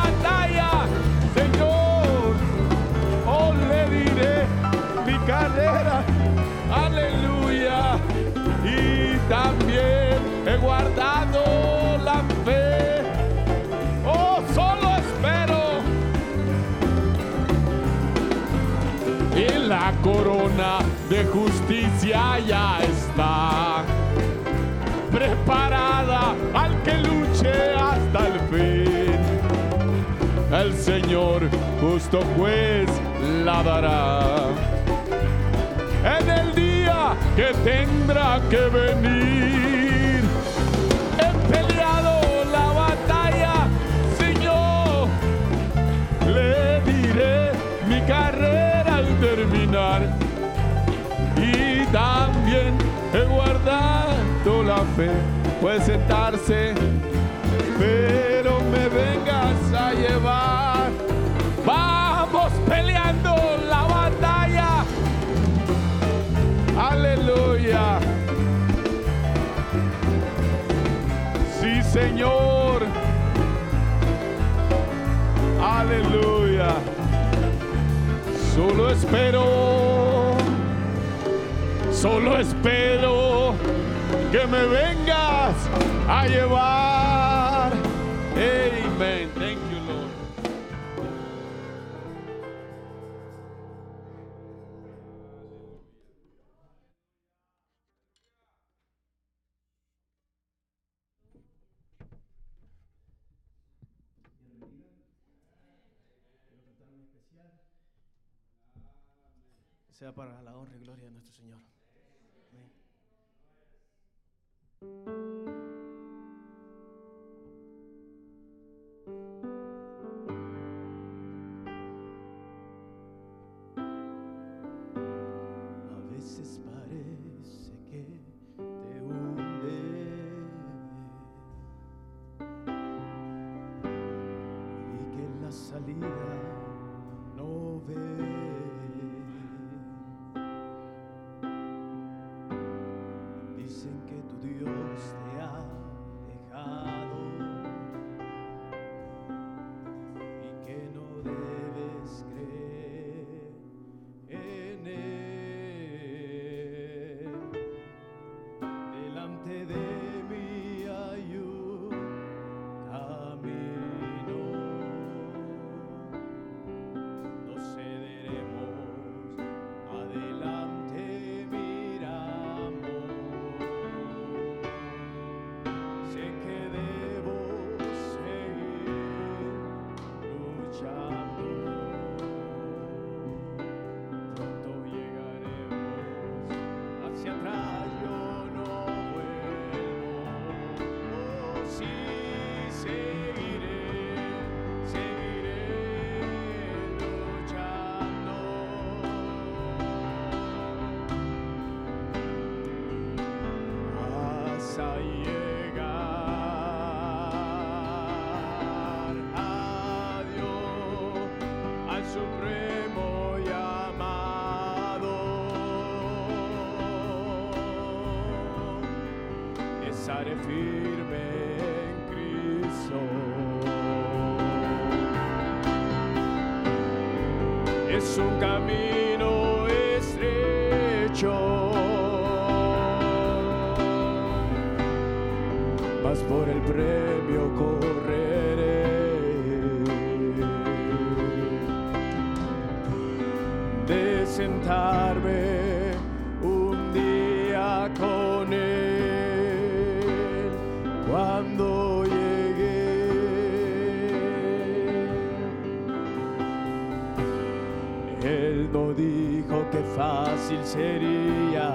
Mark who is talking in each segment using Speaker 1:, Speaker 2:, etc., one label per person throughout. Speaker 1: Oh, Oh, corona de justicia ya está preparada al que luche hasta el fin. El Señor justo juez la dará en el día que tendrá que venir. He peleado la batalla, Señor. Le diré mi carrera al terminar y también he guardado la fe. Puede sentarse, pero me vengas a llevar. Vamos peleando la batalla. Aleluya. Sí, Señor. Aleluya. Solo espero. Solo espero que me vengas a llevar. Amen. Thank you, Lord.
Speaker 2: sea para la honra y gloria de nuestro Señor. Amén. A veces parece que te hunde y que la salida no ve. Dicen que tu Dios te ha dejado y que no debes creer en él. Delante de mí hay un camino. No cederemos, adelante miramos. Sé que debo seguir luchando. Pronto llegaremos. Hacia atrás yo no vuelvo, oh, sí seguiré, seguiré luchando hasta llegar a Dios, al supremo llamado. Estaré firme en Cristo. Es un camino estrecho. Vas por el premio correré de sentarme un día con él cuando llegué. Él no dijo que fácil sería,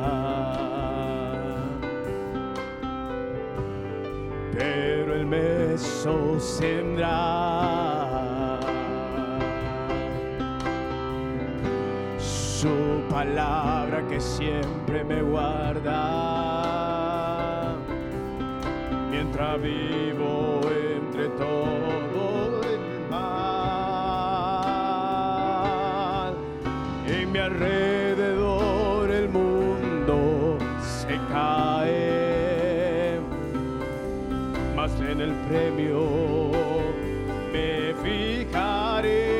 Speaker 2: pero él me sostendrá. su palabra que siempre me guarda. Mientras vivo entre todo el mal, en mi alrededor el mundo se cae, mas en el premio me fijaré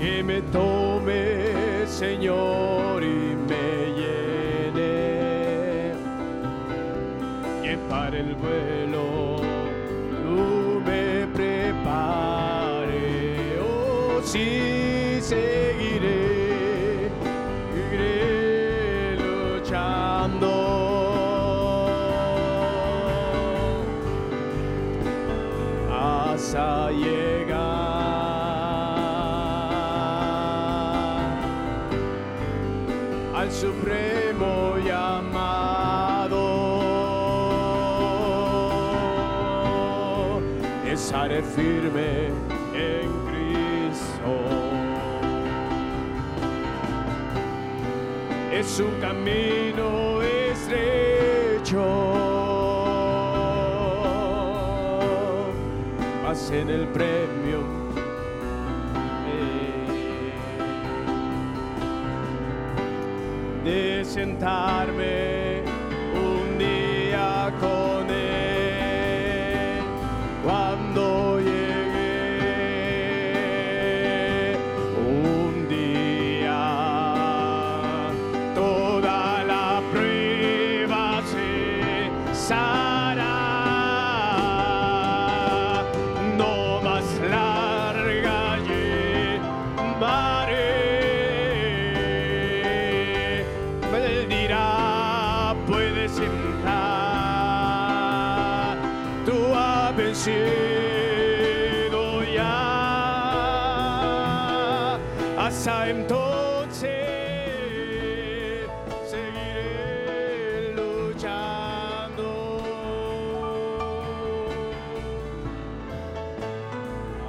Speaker 2: que me tome, Señor, y me llene. Que para el vuelo tú me prepare. Oh, sí, Señor. vas a llegar al supremo llamado. Estaré firme en Cristo es un camino estrecho. Vas en el premio. eh, De sentarme un día con él cuando llegué un día toda la prueba cesará no más larga llevaré Él dirá puedes entrar tú has vencido ya hasta entonces seguiré luchando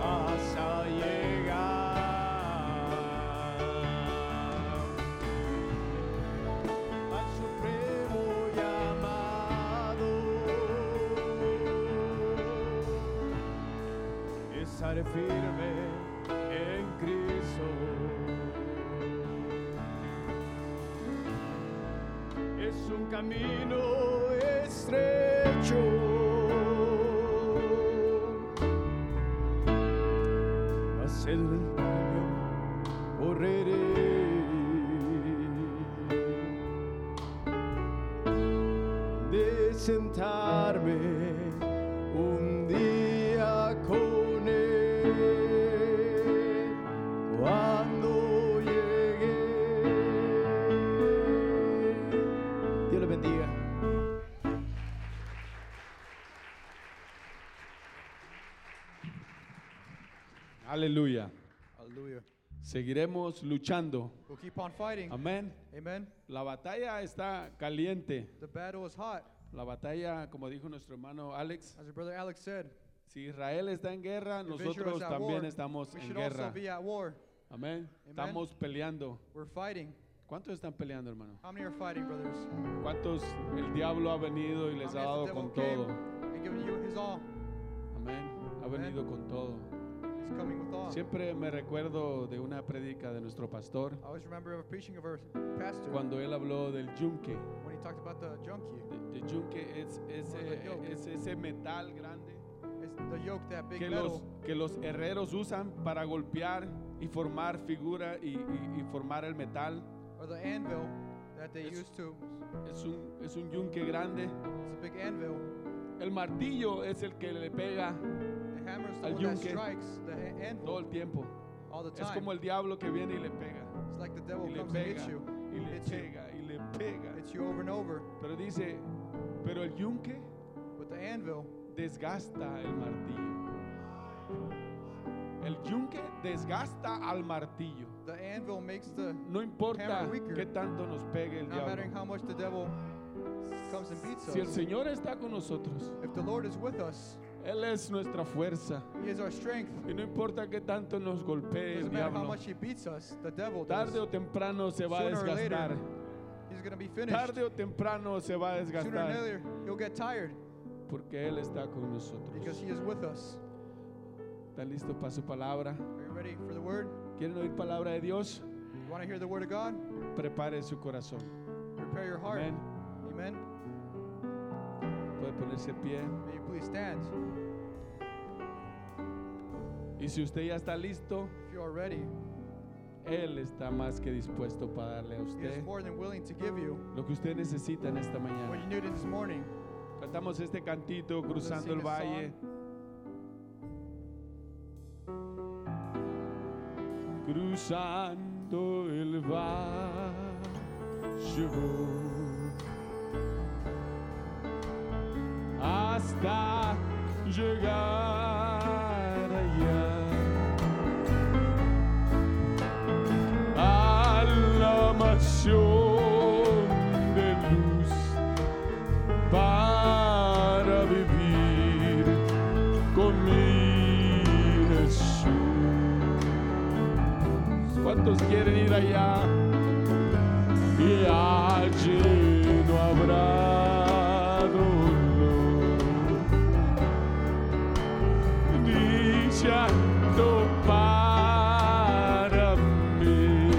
Speaker 2: hasta llegar al supremo llamado. Estaré firme en Cristo. Es un camino estrecho hacer el camino, correré. De sentarme un día con él cuando llegué. Dios les bendiga. Aleluya.
Speaker 3: Hallelujah.
Speaker 2: Seguiremos luchando.
Speaker 3: We'll keep on fighting.
Speaker 2: Amén.
Speaker 3: Amen.
Speaker 2: La batalla está caliente.
Speaker 3: The battle is hot,
Speaker 2: La batalla, como dijo nuestro hermano Alex,
Speaker 3: as our brother Alex said.
Speaker 2: si Israel está en guerra,
Speaker 3: if Israel
Speaker 2: nosotros
Speaker 3: is at war,
Speaker 2: también estamos
Speaker 3: we
Speaker 2: en
Speaker 3: should also
Speaker 2: guerra.
Speaker 3: be at war.
Speaker 2: Amén. Estamos peleando.
Speaker 3: We're fighting.
Speaker 2: ¿Cuántos están peleando, hermano?
Speaker 3: How many are fighting, brothers?
Speaker 2: ¿Cuántos el diablo ha venido y les ha dado
Speaker 3: How many has the devil
Speaker 2: con
Speaker 3: came
Speaker 2: todo?
Speaker 3: and given you his all?
Speaker 2: Amén. Ha
Speaker 3: Amén.
Speaker 2: venido con todo.
Speaker 3: He's coming with all.
Speaker 2: Siempre me recuerdo de una prédica de nuestro pastor
Speaker 3: I always remember a preaching of our pastor
Speaker 2: cuando él habló del yunque.
Speaker 3: when he talked about the junkie.
Speaker 2: De- de yunque es ese,
Speaker 3: Bueno, yoke.
Speaker 2: es ese metal grande
Speaker 3: It's the yoke, that big
Speaker 2: que los,
Speaker 3: metal
Speaker 2: que los herreros usan para golpear y formar figura y, y- y formar el metal.
Speaker 3: or the anvil that they
Speaker 2: Es-
Speaker 3: used to.
Speaker 2: Es un, es un yunque grande.
Speaker 3: It's a big anvil.
Speaker 2: El martillo es el que le pega
Speaker 3: The hammer is the
Speaker 2: Al
Speaker 3: one that
Speaker 2: yunque.
Speaker 3: strikes the ha- anvil
Speaker 2: todo el tiempo.
Speaker 3: all the
Speaker 2: Es
Speaker 3: time.
Speaker 2: como el diablo que viene y le pega.
Speaker 3: it's like the devil
Speaker 2: Y le
Speaker 3: comes and
Speaker 2: pega.
Speaker 3: hits you,
Speaker 2: Y le
Speaker 3: hits you,
Speaker 2: pega. Y le pega.
Speaker 3: hits you over and over.
Speaker 2: Pero dice, pero el yunque
Speaker 3: But the anvil,
Speaker 2: desgasta el martillo. El yunque desgasta al martillo.
Speaker 3: the anvil makes the
Speaker 2: No importa
Speaker 3: Hammer weaker.
Speaker 2: qué tanto nos pegue el
Speaker 3: not mattering
Speaker 2: diablo.
Speaker 3: how much the devil comes and beats
Speaker 2: Si el
Speaker 3: us.
Speaker 2: Señor está con nosotros,
Speaker 3: If the Lord is with us,
Speaker 2: Él es nuestra fuerza.
Speaker 3: He is our strength.
Speaker 2: Y no importa qué tanto nos golpee el
Speaker 3: Doesn't matter how
Speaker 2: diablo,
Speaker 3: much He beats us, the devil does.
Speaker 2: tarde o temprano se va a
Speaker 3: Sooner or later,
Speaker 2: desgastar.
Speaker 3: He's gonna be finished.
Speaker 2: Tarde o temprano se va a
Speaker 3: Sooner or
Speaker 2: desgastar.
Speaker 3: later, he'll get tired
Speaker 2: Porque Él está con
Speaker 3: because
Speaker 2: nosotros.
Speaker 3: He is with us.
Speaker 2: ¿Están listos para su palabra?
Speaker 3: Are you ready for the word?
Speaker 2: ¿Quieren oír palabra de Dios?
Speaker 3: You want to hear the word of God?
Speaker 2: Prepare su corazón.
Speaker 3: Prepare your heart.
Speaker 2: Amén.
Speaker 3: Amen.
Speaker 2: Puede ponerse pie.
Speaker 3: May you please stand.
Speaker 2: Y si usted ya está listo,
Speaker 3: If you are ready,
Speaker 2: Él está más que dispuesto para darle a
Speaker 3: He
Speaker 2: usted
Speaker 3: is more than willing to give you
Speaker 2: lo que usted necesita en esta
Speaker 3: what
Speaker 2: mañana.
Speaker 3: you needed this morning.
Speaker 2: Cantamos este cantito cruzando el
Speaker 3: sing a song.
Speaker 2: valle. Cruzando el valle voy hasta llegar ¿Cuántos quieren ir allá? Y allí no habrá dolor, ni llanto para mí.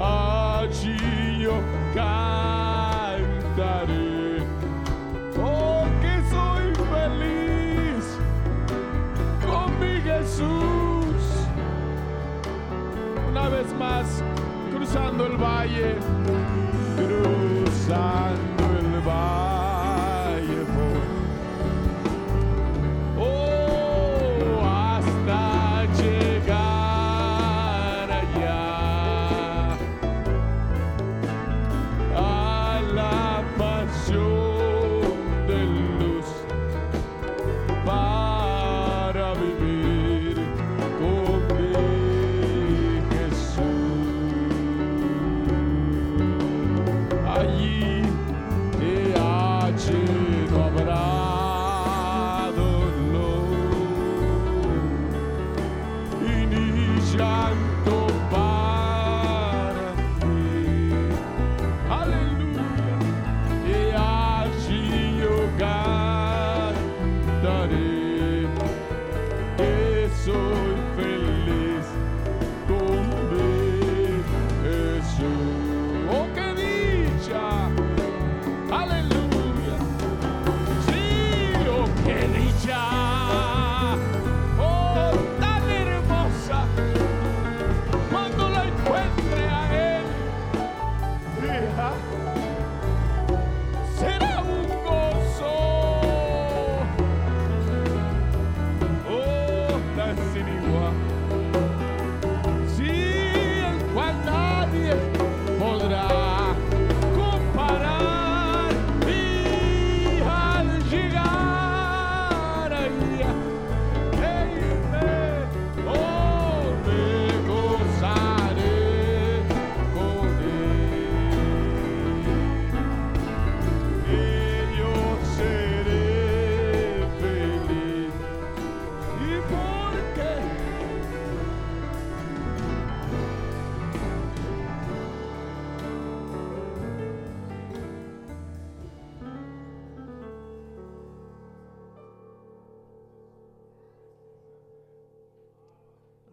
Speaker 2: Allí yo cantaré, oh que soy feliz con mi Jesús. Una vez más, cruzando el valle, cruzando el valle. voy. Oh, hasta llegar allá a la pasión de luz para vivir con mi Jesús. Allí y allí no habrá dolor y ni llanto para mí. Aleluya. Y allí yo cantaré que soy feliz con mi Jesús. ¡Oh, qué dicha! ¡Aleluya! ¡Sí, oh, qué dicha! ¡Oh, tan hermosa! Cuando la encuentre a él, hija, será un gozo. Oh, tan sin igual. Sí, el cual nadie podrá comparar. Y al llegar allá, hey, me, oh, me gozaré con él y yo seré feliz. ¿Y por qué?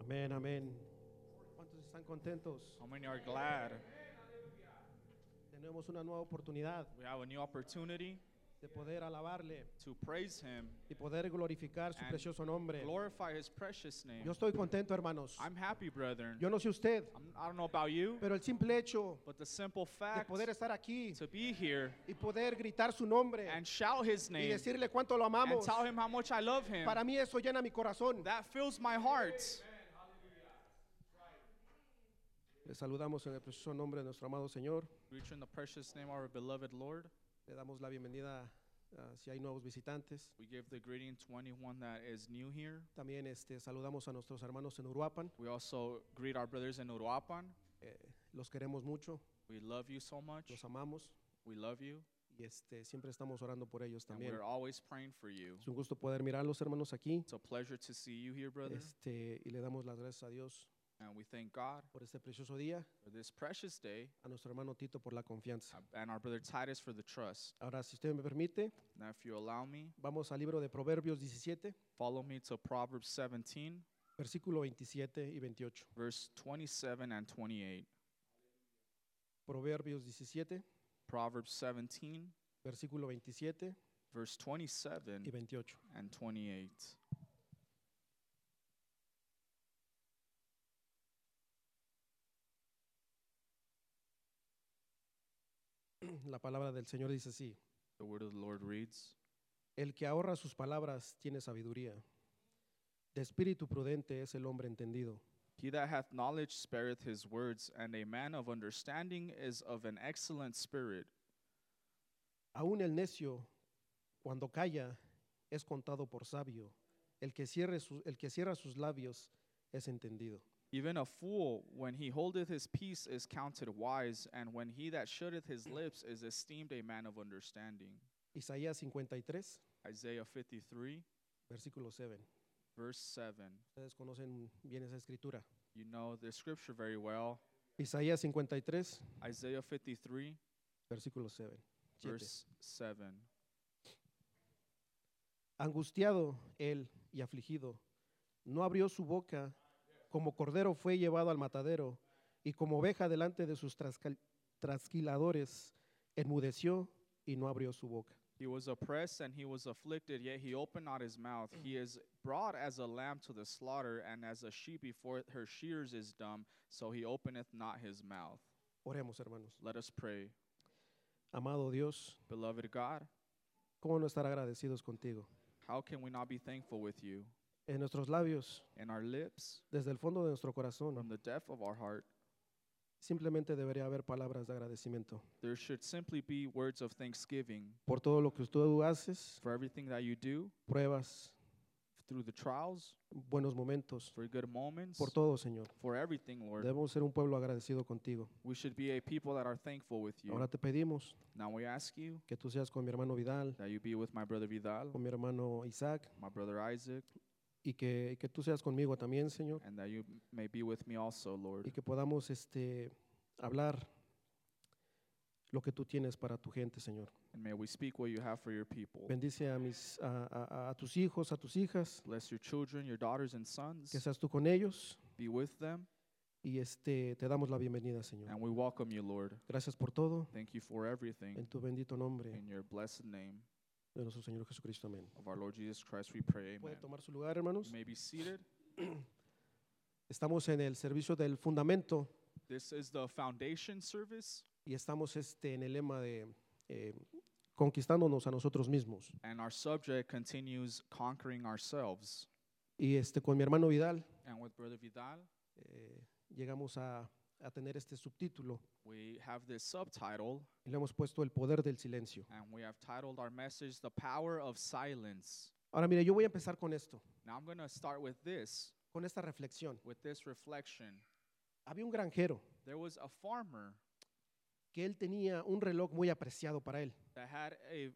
Speaker 4: Amén, amén. ¿Cuántos están contentos?
Speaker 5: How many are glad
Speaker 4: Tenemos una nueva oportunidad
Speaker 5: we have a new opportunity
Speaker 4: de poder alabarle
Speaker 5: to praise Him,
Speaker 4: y poder glorificar su
Speaker 5: And
Speaker 4: precioso nombre.
Speaker 5: glorify His precious
Speaker 4: Yo
Speaker 5: name?
Speaker 4: estoy contento, hermanos.
Speaker 5: I'm happy, brethren.
Speaker 4: Yo no sé usted,
Speaker 5: I'm, I don't know about you,
Speaker 4: pero el simple hecho
Speaker 5: but the simple
Speaker 4: de
Speaker 5: fact
Speaker 4: poder estar aquí
Speaker 5: to be here
Speaker 4: y poder gritar su nombre
Speaker 5: and shout His
Speaker 4: y
Speaker 5: name
Speaker 4: decirle cuánto lo
Speaker 5: and
Speaker 4: amamos,
Speaker 5: tell Him how much I love Him,
Speaker 4: para mí eso llena mi corazón.
Speaker 5: that fills my heart.
Speaker 4: Le saludamos en el precioso nombre de nuestro amado Señor.
Speaker 5: We reach in the precious name of our beloved Lord.
Speaker 4: Le damos la bienvenida ah, si hay nuevos visitantes.
Speaker 5: We give the greeting to anyone that is new here.
Speaker 4: También este, saludamos a nuestros hermanos en Uruapan.
Speaker 5: We also greet our brothers in Uruapan.
Speaker 4: Eh, los queremos mucho,
Speaker 5: We love you so much.
Speaker 4: los amamos
Speaker 5: We love you.
Speaker 4: y este, siempre estamos orando por ellos
Speaker 5: And
Speaker 4: también.
Speaker 5: we're always praying for you.
Speaker 4: Es un gusto poder mirarlos, hermanos, aquí.
Speaker 5: It's a pleasure to see you here, brother.
Speaker 4: Este, y le damos las gracias a Dios
Speaker 5: And we thank God
Speaker 4: por este precioso día,
Speaker 5: for this precious day
Speaker 4: a nuestro hermano Tito por la confianza.
Speaker 5: and our brother Titus for the trust.
Speaker 4: Ahora, si usted me permite,
Speaker 5: Now, if you allow me,
Speaker 4: vamos al libro de Proverbios 17,
Speaker 5: follow me to Proverbs 17,
Speaker 4: versículo 27 y 28.
Speaker 5: verse 27 and 28.
Speaker 4: Proverbios 17,
Speaker 5: Proverbs 17,
Speaker 4: versículo 27
Speaker 5: verse
Speaker 4: y
Speaker 5: 27
Speaker 4: 28.
Speaker 5: and 28.
Speaker 4: La palabra del Señor dice así.
Speaker 5: The word of the Lord reads
Speaker 4: El que ahorra sus palabras tiene sabiduría. De espíritu prudente es el hombre entendido.
Speaker 5: He that hath knowledge spareth his words, and a man of understanding is of an excellent spirit.
Speaker 4: Aún el necio, cuando calla, es contado por sabio. El que, cierre su- el que cierra sus labios es entendido.
Speaker 5: Even a fool, when he holdeth his peace, is counted wise, and when he that shutteth his lips is esteemed a man of understanding.
Speaker 4: Isaías 53,
Speaker 5: Isaiah 53,
Speaker 4: versículo 7.
Speaker 5: verse 7.
Speaker 4: Ustedes conocen bien esa escritura.
Speaker 5: You know the scripture very well.
Speaker 4: Isaías 53,
Speaker 5: Isaiah 53,
Speaker 4: versículo 7.
Speaker 5: verse 7.
Speaker 4: Angustiado él y afligido, no abrió su boca, como cordero fue llevado al matadero, y como oveja delante de sus trascal- trasquiladores, enmudeció y no abrió su boca.
Speaker 5: He was oppressed and he was afflicted, yet he opened not his mouth. He is brought as a lamb to the slaughter, and as a sheep before her shears is dumb, so he openeth not his mouth.
Speaker 4: Oremos, hermanos.
Speaker 5: Let us pray.
Speaker 4: Amado Dios,
Speaker 5: Beloved God,
Speaker 4: ¿cómo no estar agradecidos contigo?
Speaker 5: how can we not be thankful with you?
Speaker 4: En nuestros labios,
Speaker 5: In our lips,
Speaker 4: desde el fondo de nuestro
Speaker 5: from
Speaker 4: corazón,
Speaker 5: the depth of our heart,
Speaker 4: simplemente debería haber palabras de agradecimiento
Speaker 5: there should simply be words of thanksgiving
Speaker 4: por todo lo que tú haces,
Speaker 5: for everything that you do,
Speaker 4: pruebas,
Speaker 5: through the trials,
Speaker 4: buenos momentos,
Speaker 5: for good moments,
Speaker 4: por todo, Señor.
Speaker 5: for everything, Lord.
Speaker 4: Debemos ser un pueblo agradecido contigo.
Speaker 5: We should be a people that are thankful with you.
Speaker 4: Ahora te pedimos
Speaker 5: Now we ask you
Speaker 4: que tú seas con mi hermano Vidal,
Speaker 5: that you be with my brother Vidal,
Speaker 4: con mi hermano Isaac,
Speaker 5: my brother Isaac,
Speaker 4: y que, y que tú seas conmigo también, Señor,
Speaker 5: and that you m- may be with me also,
Speaker 4: y
Speaker 5: Lord,
Speaker 4: que podamos este, hablar lo que tú tienes para tu gente, Señor.
Speaker 5: and may we speak what you have for your people.
Speaker 4: Bendice a, mis, a- a- a tus hijos, a tus hijas,
Speaker 5: Bless your children, your daughters and sons.
Speaker 4: que seas tú con ellos,
Speaker 5: Be with them,
Speaker 4: y este, te damos la bienvenida, Señor.
Speaker 5: and we welcome you, Lord.
Speaker 4: Gracias por todo,
Speaker 5: Thank you for
Speaker 4: en
Speaker 5: everything.
Speaker 4: tu bendito nombre,
Speaker 5: In your blessed name
Speaker 4: de nuestro Señor Jesucristo, amén.
Speaker 5: of our Lord Jesus Christ, we pray.
Speaker 4: ¿Puede
Speaker 5: Amen.
Speaker 4: tomar su lugar, hermanos?
Speaker 5: You may be seated.
Speaker 4: Estamos en el servicio del fundamento
Speaker 5: This is the foundation service,
Speaker 4: y estamos este, en el lema de eh, conquistándonos a nosotros mismos.
Speaker 5: and our subject continues conquering ourselves.
Speaker 4: Y este, con mi hermano Vidal
Speaker 5: And with Brother Vidal,
Speaker 4: eh, llegamos a, a tener este subtítulo
Speaker 5: we have this subtitle,
Speaker 4: y le hemos puesto el poder del silencio.
Speaker 5: and we have titled our message, The Power of Silence.
Speaker 4: Ahora mire, yo voy a empezar con esto,
Speaker 5: Now I'm going to start with this,
Speaker 4: con esta reflexión.
Speaker 5: with this reflection.
Speaker 4: Había un granjero
Speaker 5: There was a farmer
Speaker 4: que él tenía un reloj muy apreciado para él
Speaker 5: that had a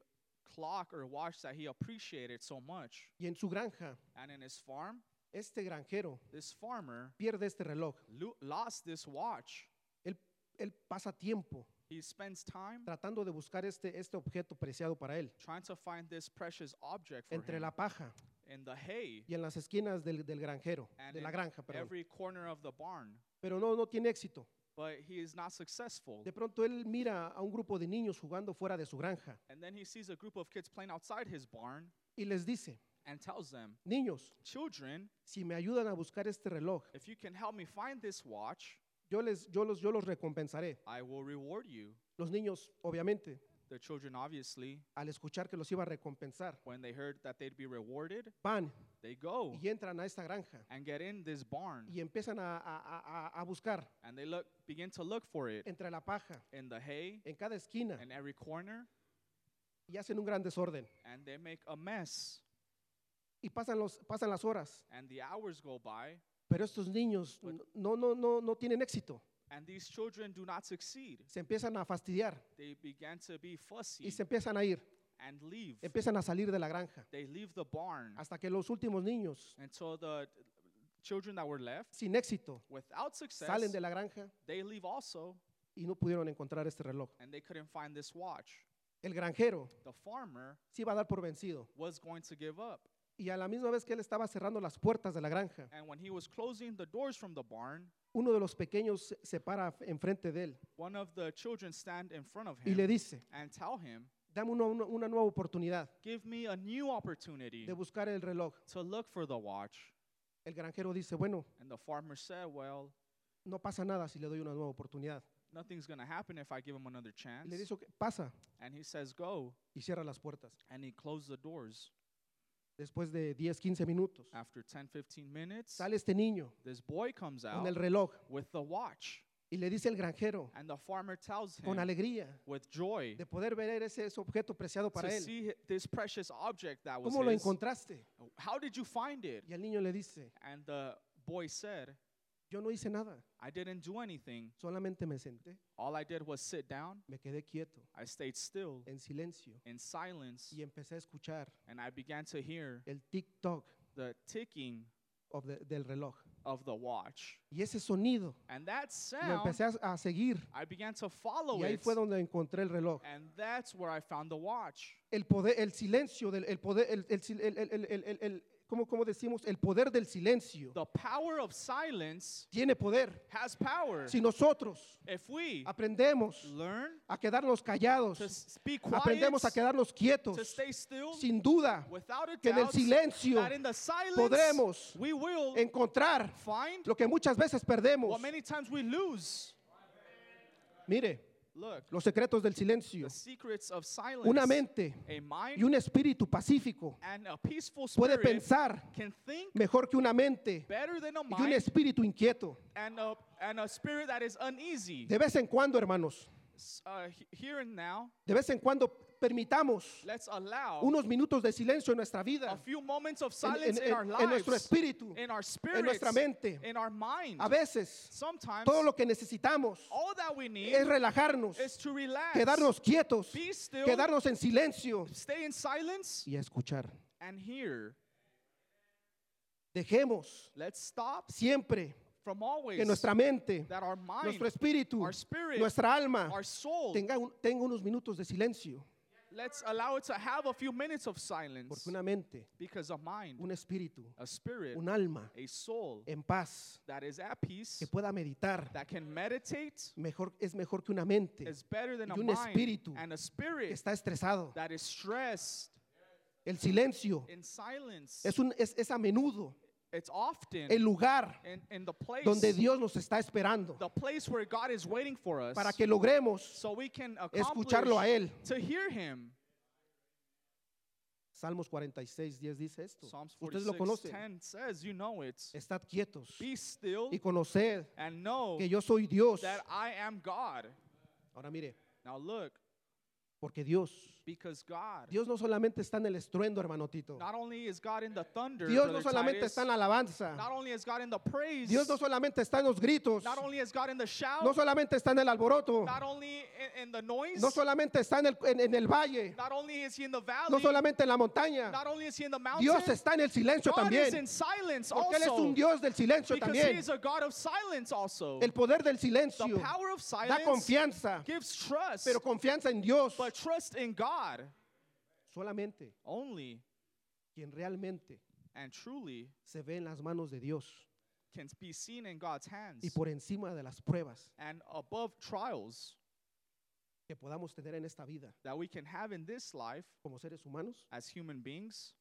Speaker 5: clock or watch that he appreciated so much.
Speaker 4: y en su granja
Speaker 5: And in his farm,
Speaker 4: este granjero
Speaker 5: this farmer
Speaker 4: pierde este reloj.
Speaker 5: lo- lost this watch.
Speaker 4: Él, él pasa tiempo
Speaker 5: He spends time
Speaker 4: tratando de buscar este, este objeto preciado para él
Speaker 5: trying to find this precious object for
Speaker 4: entre
Speaker 5: him
Speaker 4: la paja
Speaker 5: in the hay
Speaker 4: y en las esquinas del, del granjero,
Speaker 5: and
Speaker 4: de la
Speaker 5: in
Speaker 4: granja, perdón.
Speaker 5: every corner of the barn.
Speaker 4: Pero no, no tiene éxito.
Speaker 5: But he is not successful.
Speaker 4: De pronto él mira a un grupo de niños jugando fuera de su granja
Speaker 5: And then he sees a group of kids playing outside his barn
Speaker 4: y les dice,
Speaker 5: and tells them,
Speaker 4: niños,
Speaker 5: Children,
Speaker 4: si me ayudan a buscar este reloj,
Speaker 5: if you can help me find this watch,
Speaker 4: yo, les, yo, los, yo los recompensaré.
Speaker 5: I will reward you.
Speaker 4: Los niños, obviamente,
Speaker 5: The children, obviously,
Speaker 4: al escuchar que los iba a recompensar,
Speaker 5: when they heard that they'd be rewarded,
Speaker 4: van
Speaker 5: they go
Speaker 4: y entran a esta granja
Speaker 5: and get in this barn
Speaker 4: y empiezan a, a- a- a- a buscar
Speaker 5: and they look, begin to look for it
Speaker 4: entre la paja,
Speaker 5: in the hay,
Speaker 4: en cada esquina,
Speaker 5: in every corner,
Speaker 4: y hacen un gran desorden.
Speaker 5: and they make a mess.
Speaker 4: Y pasan, los, pasan las horas,
Speaker 5: And the hours go by,
Speaker 4: pero estos niños n- no, no, no, no tienen éxito.
Speaker 5: and these children do not succeed.
Speaker 4: Se empiezan a fastidiar
Speaker 5: They began to be
Speaker 4: y
Speaker 5: fussy
Speaker 4: se empiezan a ir,
Speaker 5: and leave.
Speaker 4: empiezan a salir de la granja,
Speaker 5: They leave the barn
Speaker 4: hasta que los últimos niños,
Speaker 5: until the children that were left
Speaker 4: sin éxito,
Speaker 5: without success,
Speaker 4: salen de la granja
Speaker 5: they leave also,
Speaker 4: y no pudieron encontrar este reloj.
Speaker 5: and they couldn't find this watch.
Speaker 4: El granjero
Speaker 5: The farmer
Speaker 4: se iba a dar por vencido.
Speaker 5: was going to give up.
Speaker 4: Y a la misma vez que él estaba cerrando las puertas de la granja,
Speaker 5: And when he was closing the doors from the barn,
Speaker 4: uno de los pequeños se- se para enfrente de él
Speaker 5: one of the children stand in front of
Speaker 4: y
Speaker 5: him
Speaker 4: le dice,
Speaker 5: and tell him,
Speaker 4: dame una, una- una nueva oportunidad
Speaker 5: "Give me a new opportunity
Speaker 4: de buscar el reloj.
Speaker 5: to look for the watch."
Speaker 4: El granjero dice, bueno,
Speaker 5: And the farmer said, "Well,
Speaker 4: no pasa nada si le doy una nueva oportunidad.
Speaker 5: nothing's going to happen if I give him another
Speaker 4: Y le
Speaker 5: chance."
Speaker 4: dice, "Ok, pasa
Speaker 5: And he says, "Go."
Speaker 4: y cierra las puertas.
Speaker 5: And he closed the doors.
Speaker 4: Después de 10, 15 minutos,
Speaker 5: After 10-15 minutes,
Speaker 4: sale este niño
Speaker 5: this boy comes
Speaker 4: con el
Speaker 5: out
Speaker 4: reloj
Speaker 5: with the watch.
Speaker 4: y le dice el granjero
Speaker 5: And the farmer tells
Speaker 4: con
Speaker 5: him
Speaker 4: alegría
Speaker 5: with joy
Speaker 4: de poder ver ese, ese objeto preciado para
Speaker 5: to
Speaker 4: él.
Speaker 5: see hi- this precious object that was
Speaker 4: ¿Cómo lo
Speaker 5: his.
Speaker 4: encontraste?
Speaker 5: How did you find it?
Speaker 4: Y el niño le dice,
Speaker 5: And the boy said,
Speaker 4: yo no hice nada,
Speaker 5: I didn't do anything.
Speaker 4: solamente me senté,
Speaker 5: All I did was sit down.
Speaker 4: me quedé quieto,
Speaker 5: I stayed still
Speaker 4: en silencio,
Speaker 5: in silence
Speaker 4: y empecé a escuchar
Speaker 5: and I began to hear
Speaker 4: el tic-toc
Speaker 5: the ticking
Speaker 4: of the- del reloj.
Speaker 5: of the watch.
Speaker 4: Y ese sonido
Speaker 5: And that
Speaker 4: lo
Speaker 5: sound,
Speaker 4: empecé a, a seguir.
Speaker 5: I began to follow
Speaker 4: Y ahí
Speaker 5: it.
Speaker 4: fue donde encontré el reloj.
Speaker 5: And that's where I found the watch.
Speaker 4: El poder, el silencio, del, el poder, el, el sil- el- el- el- el- el- el- ¿cómo- cómo decimos? El poder del silencio.
Speaker 5: The power of silence
Speaker 4: Tiene poder.
Speaker 5: has power.
Speaker 4: Si nosotros
Speaker 5: If we
Speaker 4: aprendemos
Speaker 5: learn
Speaker 4: a quedarnos
Speaker 5: to
Speaker 4: callados,
Speaker 5: speak quiet,
Speaker 4: aprendemos a quedarnos quietos,
Speaker 5: to stay still,
Speaker 4: sin duda
Speaker 5: without a
Speaker 4: que en el
Speaker 5: doubt,
Speaker 4: silencio
Speaker 5: that in the silence
Speaker 4: podremos
Speaker 5: we will
Speaker 4: encontrar
Speaker 5: find
Speaker 4: lo que muchas veces perdemos.
Speaker 5: what many times we lose.
Speaker 4: Mire,
Speaker 5: Look,
Speaker 4: los secretos del silencio.
Speaker 5: the secrets of silence.
Speaker 4: Una mente
Speaker 5: a mind
Speaker 4: y un espíritu pacífico
Speaker 5: and a peaceful
Speaker 4: puede
Speaker 5: spirit
Speaker 4: pensar
Speaker 5: can think
Speaker 4: mejor que una mente
Speaker 5: better than a
Speaker 4: y un
Speaker 5: mind
Speaker 4: espíritu inquieto.
Speaker 5: and a, and a spirit that is uneasy.
Speaker 4: De vez en cuando, hermanos,
Speaker 5: S- Uh, he- here and now,
Speaker 4: de vez en cuando permitamos
Speaker 5: let's allow
Speaker 4: unos minutos de silencio en nuestra
Speaker 5: a
Speaker 4: vida,
Speaker 5: few moments of
Speaker 4: en-
Speaker 5: silence
Speaker 4: en-
Speaker 5: in, our
Speaker 4: en-
Speaker 5: lives,
Speaker 4: en nuestro espíritu,
Speaker 5: in our spirit,
Speaker 4: en nuestra mente.
Speaker 5: in our mind.
Speaker 4: A veces,
Speaker 5: Sometimes,
Speaker 4: todo lo que necesitamos
Speaker 5: all that we need
Speaker 4: es relajarnos,
Speaker 5: is to relax,
Speaker 4: quedarnos quietos,
Speaker 5: be still,
Speaker 4: quedarnos en silencio
Speaker 5: stay in silence,
Speaker 4: y escuchar.
Speaker 5: and hear.
Speaker 4: Dejemos
Speaker 5: Let's stop
Speaker 4: siempre
Speaker 5: from always
Speaker 4: que nuestra mente,
Speaker 5: that our mind,
Speaker 4: nuestro espíritu,
Speaker 5: our spirit,
Speaker 4: nuestra alma
Speaker 5: our soul,
Speaker 4: tenga, un- tenga unos minutos de silencio,
Speaker 5: let's allow it to have a few minutes of silence
Speaker 4: porque una mente,
Speaker 5: because a mind,
Speaker 4: un espíritu,
Speaker 5: a spirit,
Speaker 4: un alma
Speaker 5: a soul
Speaker 4: en paz
Speaker 5: that is at peace,
Speaker 4: que pueda meditar
Speaker 5: that can meditate,
Speaker 4: mejor es mejor que una mente
Speaker 5: is better than
Speaker 4: y
Speaker 5: a
Speaker 4: un
Speaker 5: mind
Speaker 4: espíritu
Speaker 5: and a
Speaker 4: que
Speaker 5: spirit
Speaker 4: está estresado.
Speaker 5: that is stressed
Speaker 4: El silencio
Speaker 5: in silence.
Speaker 4: es un es, es a menudo
Speaker 5: it's often
Speaker 4: el lugar
Speaker 5: in, in the place,
Speaker 4: donde Dios nos está esperando
Speaker 5: the place where God is waiting for us,
Speaker 4: para que logremos
Speaker 5: so we can
Speaker 4: escucharlo a él.
Speaker 5: accomplish to hear Him.
Speaker 4: Salmos 46, 10 dice esto.
Speaker 5: Psalms
Speaker 4: Ustedes lo
Speaker 5: 46,
Speaker 4: conocen.
Speaker 5: says, "You know it.
Speaker 4: Estad quietos
Speaker 5: Be still
Speaker 4: y conoced
Speaker 5: and know
Speaker 4: que yo soy Dios.
Speaker 5: that I am God."
Speaker 4: Ahora mire,
Speaker 5: Now look,
Speaker 4: porque Dios
Speaker 5: because God,
Speaker 4: Dios no solamente está en el estruendo, hermano Tito.
Speaker 5: not only is God in the thunder,
Speaker 4: Dios no
Speaker 5: Brother
Speaker 4: solamente
Speaker 5: Titus,
Speaker 4: está en la alabanza.
Speaker 5: not only is God in the praise,
Speaker 4: Dios no solamente está en los gritos.
Speaker 5: not only is God in the shout,
Speaker 4: No solamente está en el alboroto.
Speaker 5: not only in, in the noise,
Speaker 4: No solamente está en el, en- en el valle.
Speaker 5: not only is He in the valley,
Speaker 4: No solamente en la montaña.
Speaker 5: not only is He in the mountain,
Speaker 4: Dios está en el silencio
Speaker 5: God is in
Speaker 4: también.
Speaker 5: silence
Speaker 4: Porque Él es
Speaker 5: also.
Speaker 4: un Dios del silencio
Speaker 5: because He
Speaker 4: también.
Speaker 5: is a God of silence also.
Speaker 4: El poder del
Speaker 5: the
Speaker 4: silencio
Speaker 5: power of
Speaker 4: da
Speaker 5: silence
Speaker 4: confianza,
Speaker 5: gives trust,
Speaker 4: pero confianza en Dios.
Speaker 5: but trust in God
Speaker 4: Solamente
Speaker 5: only
Speaker 4: quien realmente
Speaker 5: and truly
Speaker 4: se ve en las manos de Dios
Speaker 5: can be seen in God's hands
Speaker 4: y por encima de las pruebas
Speaker 5: and above trials
Speaker 4: que podamos tener en esta vida
Speaker 5: that we can have in this life
Speaker 4: como seres humanos,
Speaker 5: as human beings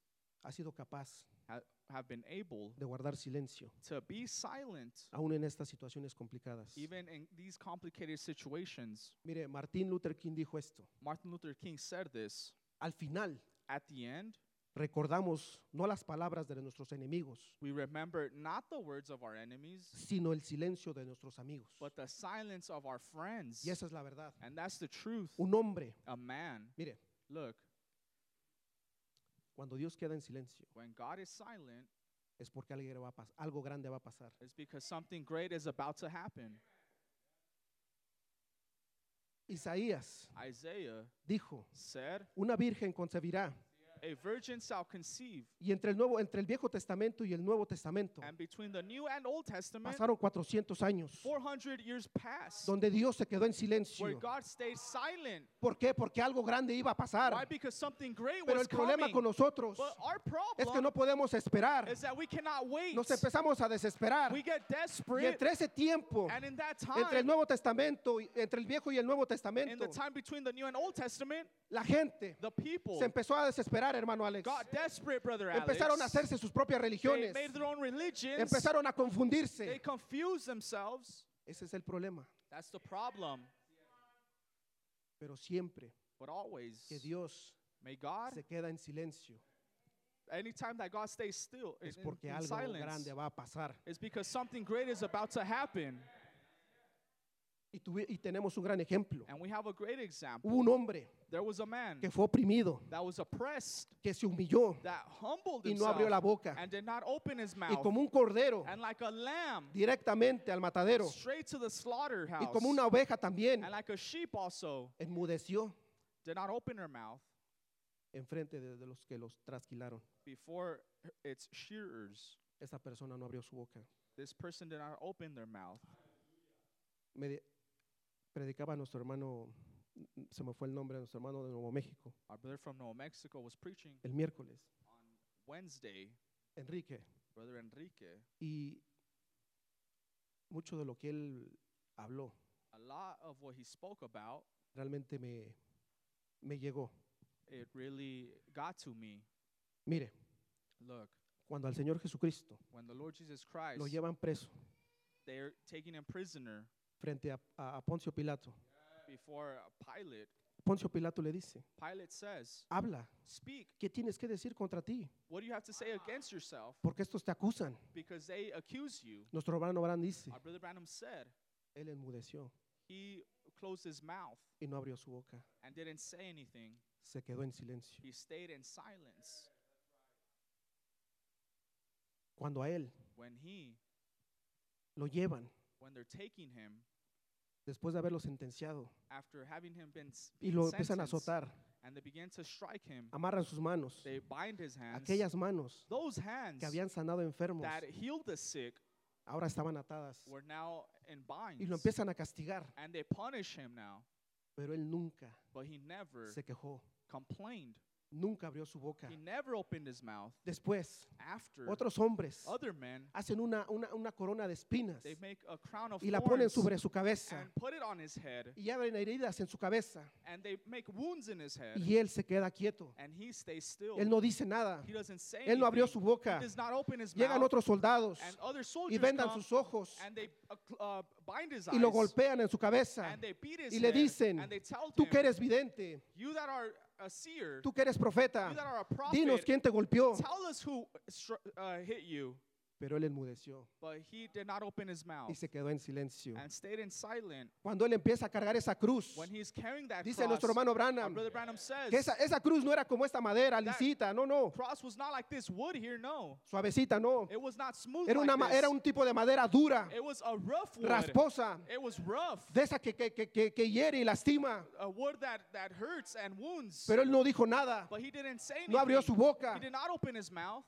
Speaker 4: ha sido capaz
Speaker 5: ha- have been able
Speaker 4: de guardar silencio,
Speaker 5: to be silent
Speaker 4: aún en estas situaciones complicadas.
Speaker 5: even in these complicated situations.
Speaker 4: Mire, Martín Luther King dijo esto.
Speaker 5: Martin Luther King said this
Speaker 4: Al final
Speaker 5: at the end.
Speaker 4: recordamos no las palabras de nuestros enemigos,
Speaker 5: We remember not the words of our enemies,
Speaker 4: sino el silencio de nuestros amigos.
Speaker 5: but the silence of our friends.
Speaker 4: Y esa es la verdad.
Speaker 5: And that's the truth.
Speaker 4: Un hombre,
Speaker 5: A man,
Speaker 4: mire,
Speaker 5: look,
Speaker 4: cuando Dios queda en silencio,
Speaker 5: when God is silent,
Speaker 4: es porque algo, va a pas- algo grande va a pasar.
Speaker 5: it's because something great is about to happen.
Speaker 4: Isaías
Speaker 5: Isaiah
Speaker 4: dijo,
Speaker 5: said,
Speaker 4: una virgen concebirá.
Speaker 5: A virgin shall conceive.
Speaker 4: Y entre el, nuevo, entre el Viejo Testamento y el Nuevo Testamento
Speaker 5: And between the New and Old Testament,
Speaker 4: pasaron 400 años
Speaker 5: 400 years passed
Speaker 4: donde Dios se quedó en
Speaker 5: where
Speaker 4: silencio.
Speaker 5: God stayed silent.
Speaker 4: ¿Por qué? Porque algo grande iba a
Speaker 5: Why?
Speaker 4: pasar.
Speaker 5: Because something great
Speaker 4: Pero el
Speaker 5: was
Speaker 4: problema
Speaker 5: coming.
Speaker 4: con nosotros
Speaker 5: but our
Speaker 4: es
Speaker 5: problem
Speaker 4: que no podemos esperar.
Speaker 5: is that we cannot wait.
Speaker 4: Nos empezamos a desesperar.
Speaker 5: we get
Speaker 4: Y
Speaker 5: desperate.
Speaker 4: entre ese tiempo,
Speaker 5: and in that time,
Speaker 4: entre el Nuevo Testamento, y- entre el Viejo y el Nuevo
Speaker 5: in the
Speaker 4: Testamento,
Speaker 5: time between the New and Old Testament,
Speaker 4: la gente
Speaker 5: the people
Speaker 4: se empezó a desesperar, hermano Alex.
Speaker 5: got desperate, Brother Alex.
Speaker 4: Empezaron a hacerse sus propias
Speaker 5: they
Speaker 4: religiones.
Speaker 5: made their own religions.
Speaker 4: Empezaron a
Speaker 5: They
Speaker 4: confundirse.
Speaker 5: confuse themselves.
Speaker 4: Ese es el problema.
Speaker 5: That's the problem.
Speaker 4: Pero siempre
Speaker 5: But always,
Speaker 4: que Dios
Speaker 5: may God,
Speaker 4: se queda en silencio,
Speaker 5: anytime that God stays still, in,
Speaker 4: es porque
Speaker 5: in
Speaker 4: algo
Speaker 5: silence,
Speaker 4: grande va a pasar.
Speaker 5: it's because something great is about to happen.
Speaker 4: Y, tuvi- y tenemos un gran ejemplo.
Speaker 5: And we have a great example.
Speaker 4: Hubo un hombre
Speaker 5: There was a man
Speaker 4: que fue oprimido,
Speaker 5: that was oppressed,
Speaker 4: que se humilló
Speaker 5: that humbled
Speaker 4: y no
Speaker 5: himself,
Speaker 4: abrió la boca.
Speaker 5: and did not open his
Speaker 4: Y
Speaker 5: mouth.
Speaker 4: como un cordero,
Speaker 5: And like a lamb,
Speaker 4: directamente al matadero.
Speaker 5: straight to the
Speaker 4: Y
Speaker 5: slaughterhouse.
Speaker 4: como una oveja también,
Speaker 5: and like a sheep also,
Speaker 4: enmudeció
Speaker 5: did not open her mouth.
Speaker 4: enfrente de, de los que los trasquilaron.
Speaker 5: Before h- its shearers,
Speaker 4: Esa persona no abrió su boca.
Speaker 5: this person did not open their mouth.
Speaker 4: Me de- predicaba nuestro hermano, mm, se me fue el nombre, nuestro hermano de Nuevo México,
Speaker 5: Our brother from Nuevo Mexico was preaching
Speaker 4: el miércoles,
Speaker 5: on Wednesday,
Speaker 4: Enrique.
Speaker 5: Brother Enrique.
Speaker 4: Y mucho de lo que él habló
Speaker 5: A lot of what he spoke about,
Speaker 4: realmente me, me llegó.
Speaker 5: it really got to me.
Speaker 4: Mire,
Speaker 5: Look,
Speaker 4: cuando al Señor Jesucristo
Speaker 5: when the Lord Jesus Christ,
Speaker 4: lo llevan preso
Speaker 5: they're taking him prisoner
Speaker 4: frente a, a- a Poncio Pilato,
Speaker 5: before Pilate.
Speaker 4: Poncio Pilato le dice,
Speaker 5: Pilate says,
Speaker 4: habla,
Speaker 5: Speak.
Speaker 4: ¿qué tienes que decir contra ti?
Speaker 5: What do you have to say against yourself?
Speaker 4: Porque estos te acusan.
Speaker 5: Because they accuse you.
Speaker 4: Nuestro hermano Abraham dice,
Speaker 5: Our brother Branham said
Speaker 4: él enmudeció
Speaker 5: he closed his mouth
Speaker 4: y no abrió su boca,
Speaker 5: and didn't say anything.
Speaker 4: se quedó en silencio.
Speaker 5: He stayed in silence.
Speaker 4: Cuando a él
Speaker 5: When he,
Speaker 4: lo llevan,
Speaker 5: when they're taking him
Speaker 4: después de haberlo sentenciado,
Speaker 5: after having him been, s-
Speaker 4: y
Speaker 5: being
Speaker 4: lo empiezan a
Speaker 5: sentenced,
Speaker 4: azotar,
Speaker 5: and they began to strike him,
Speaker 4: amarran sus manos,
Speaker 5: they bind his hands.
Speaker 4: aquellas manos
Speaker 5: Those hands
Speaker 4: que habían sanado enfermos,
Speaker 5: that healed the sick
Speaker 4: ahora estaban atadas
Speaker 5: were now in binds.
Speaker 4: y lo empiezan a castigar,
Speaker 5: and they punish him now.
Speaker 4: pero él nunca
Speaker 5: But he never
Speaker 4: se quejó,
Speaker 5: complained.
Speaker 4: nunca abrió su boca.
Speaker 5: He never opened his mouth.
Speaker 4: Después,
Speaker 5: After
Speaker 4: otros hombres
Speaker 5: other men,
Speaker 4: hacen una, una, una corona de espinas
Speaker 5: they make a crown of
Speaker 4: y la ponen
Speaker 5: thorns
Speaker 4: sobre su cabeza
Speaker 5: and put it on his head,
Speaker 4: y abren heridas en su cabeza
Speaker 5: and they make wounds in his head,
Speaker 4: y él se queda quieto.
Speaker 5: and he stays still.
Speaker 4: Él no dice nada.
Speaker 5: he doesn't say
Speaker 4: Él no abrió su
Speaker 5: anything.
Speaker 4: boca.
Speaker 5: He does not open his
Speaker 4: Llegan
Speaker 5: mouth.
Speaker 4: otros soldados
Speaker 5: and other
Speaker 4: y
Speaker 5: soldiers
Speaker 4: vendan
Speaker 5: come,
Speaker 4: sus ojos
Speaker 5: and they uh, cl- uh, bind his
Speaker 4: y lo
Speaker 5: eyes,
Speaker 4: golpean en su cabeza
Speaker 5: and they beat his
Speaker 4: y le
Speaker 5: head,
Speaker 4: dicen,
Speaker 5: and they tell
Speaker 4: tú
Speaker 5: him,
Speaker 4: que eres vidente,
Speaker 5: you that are a seer,
Speaker 4: tú que eres profeta,
Speaker 5: you that are a prophet,
Speaker 4: dinos quién te golpeó.
Speaker 5: tell us who str- uh, hit you.
Speaker 4: Pero él enmudeció
Speaker 5: But he did not open his mouth
Speaker 4: y se quedó en silencio.
Speaker 5: and stayed in silent.
Speaker 4: Cuando él empieza a cargar esa cruz,
Speaker 5: When he's carrying that
Speaker 4: dice
Speaker 5: cross,
Speaker 4: nuestro hermano
Speaker 5: our
Speaker 4: Branham,
Speaker 5: brother Branham says,
Speaker 4: que esa, esa cruz no era como esta madera
Speaker 5: That-
Speaker 4: lisita, no, no,
Speaker 5: cross was not like this wood here, no.
Speaker 4: suavecita, no.
Speaker 5: It was not smooth
Speaker 4: Era,
Speaker 5: like
Speaker 4: una, ma-
Speaker 5: this.
Speaker 4: era un tipo de madera dura,
Speaker 5: It was a rough wood.
Speaker 4: rasposa,
Speaker 5: It was rough.
Speaker 4: de esa que, que, que- que- que hiere y lastima.
Speaker 5: A wood that, that hurts and wounds.
Speaker 4: Pero él no dijo nada,
Speaker 5: but he didn't say anything.
Speaker 4: no abrió su boca.
Speaker 5: He did not open his mouth.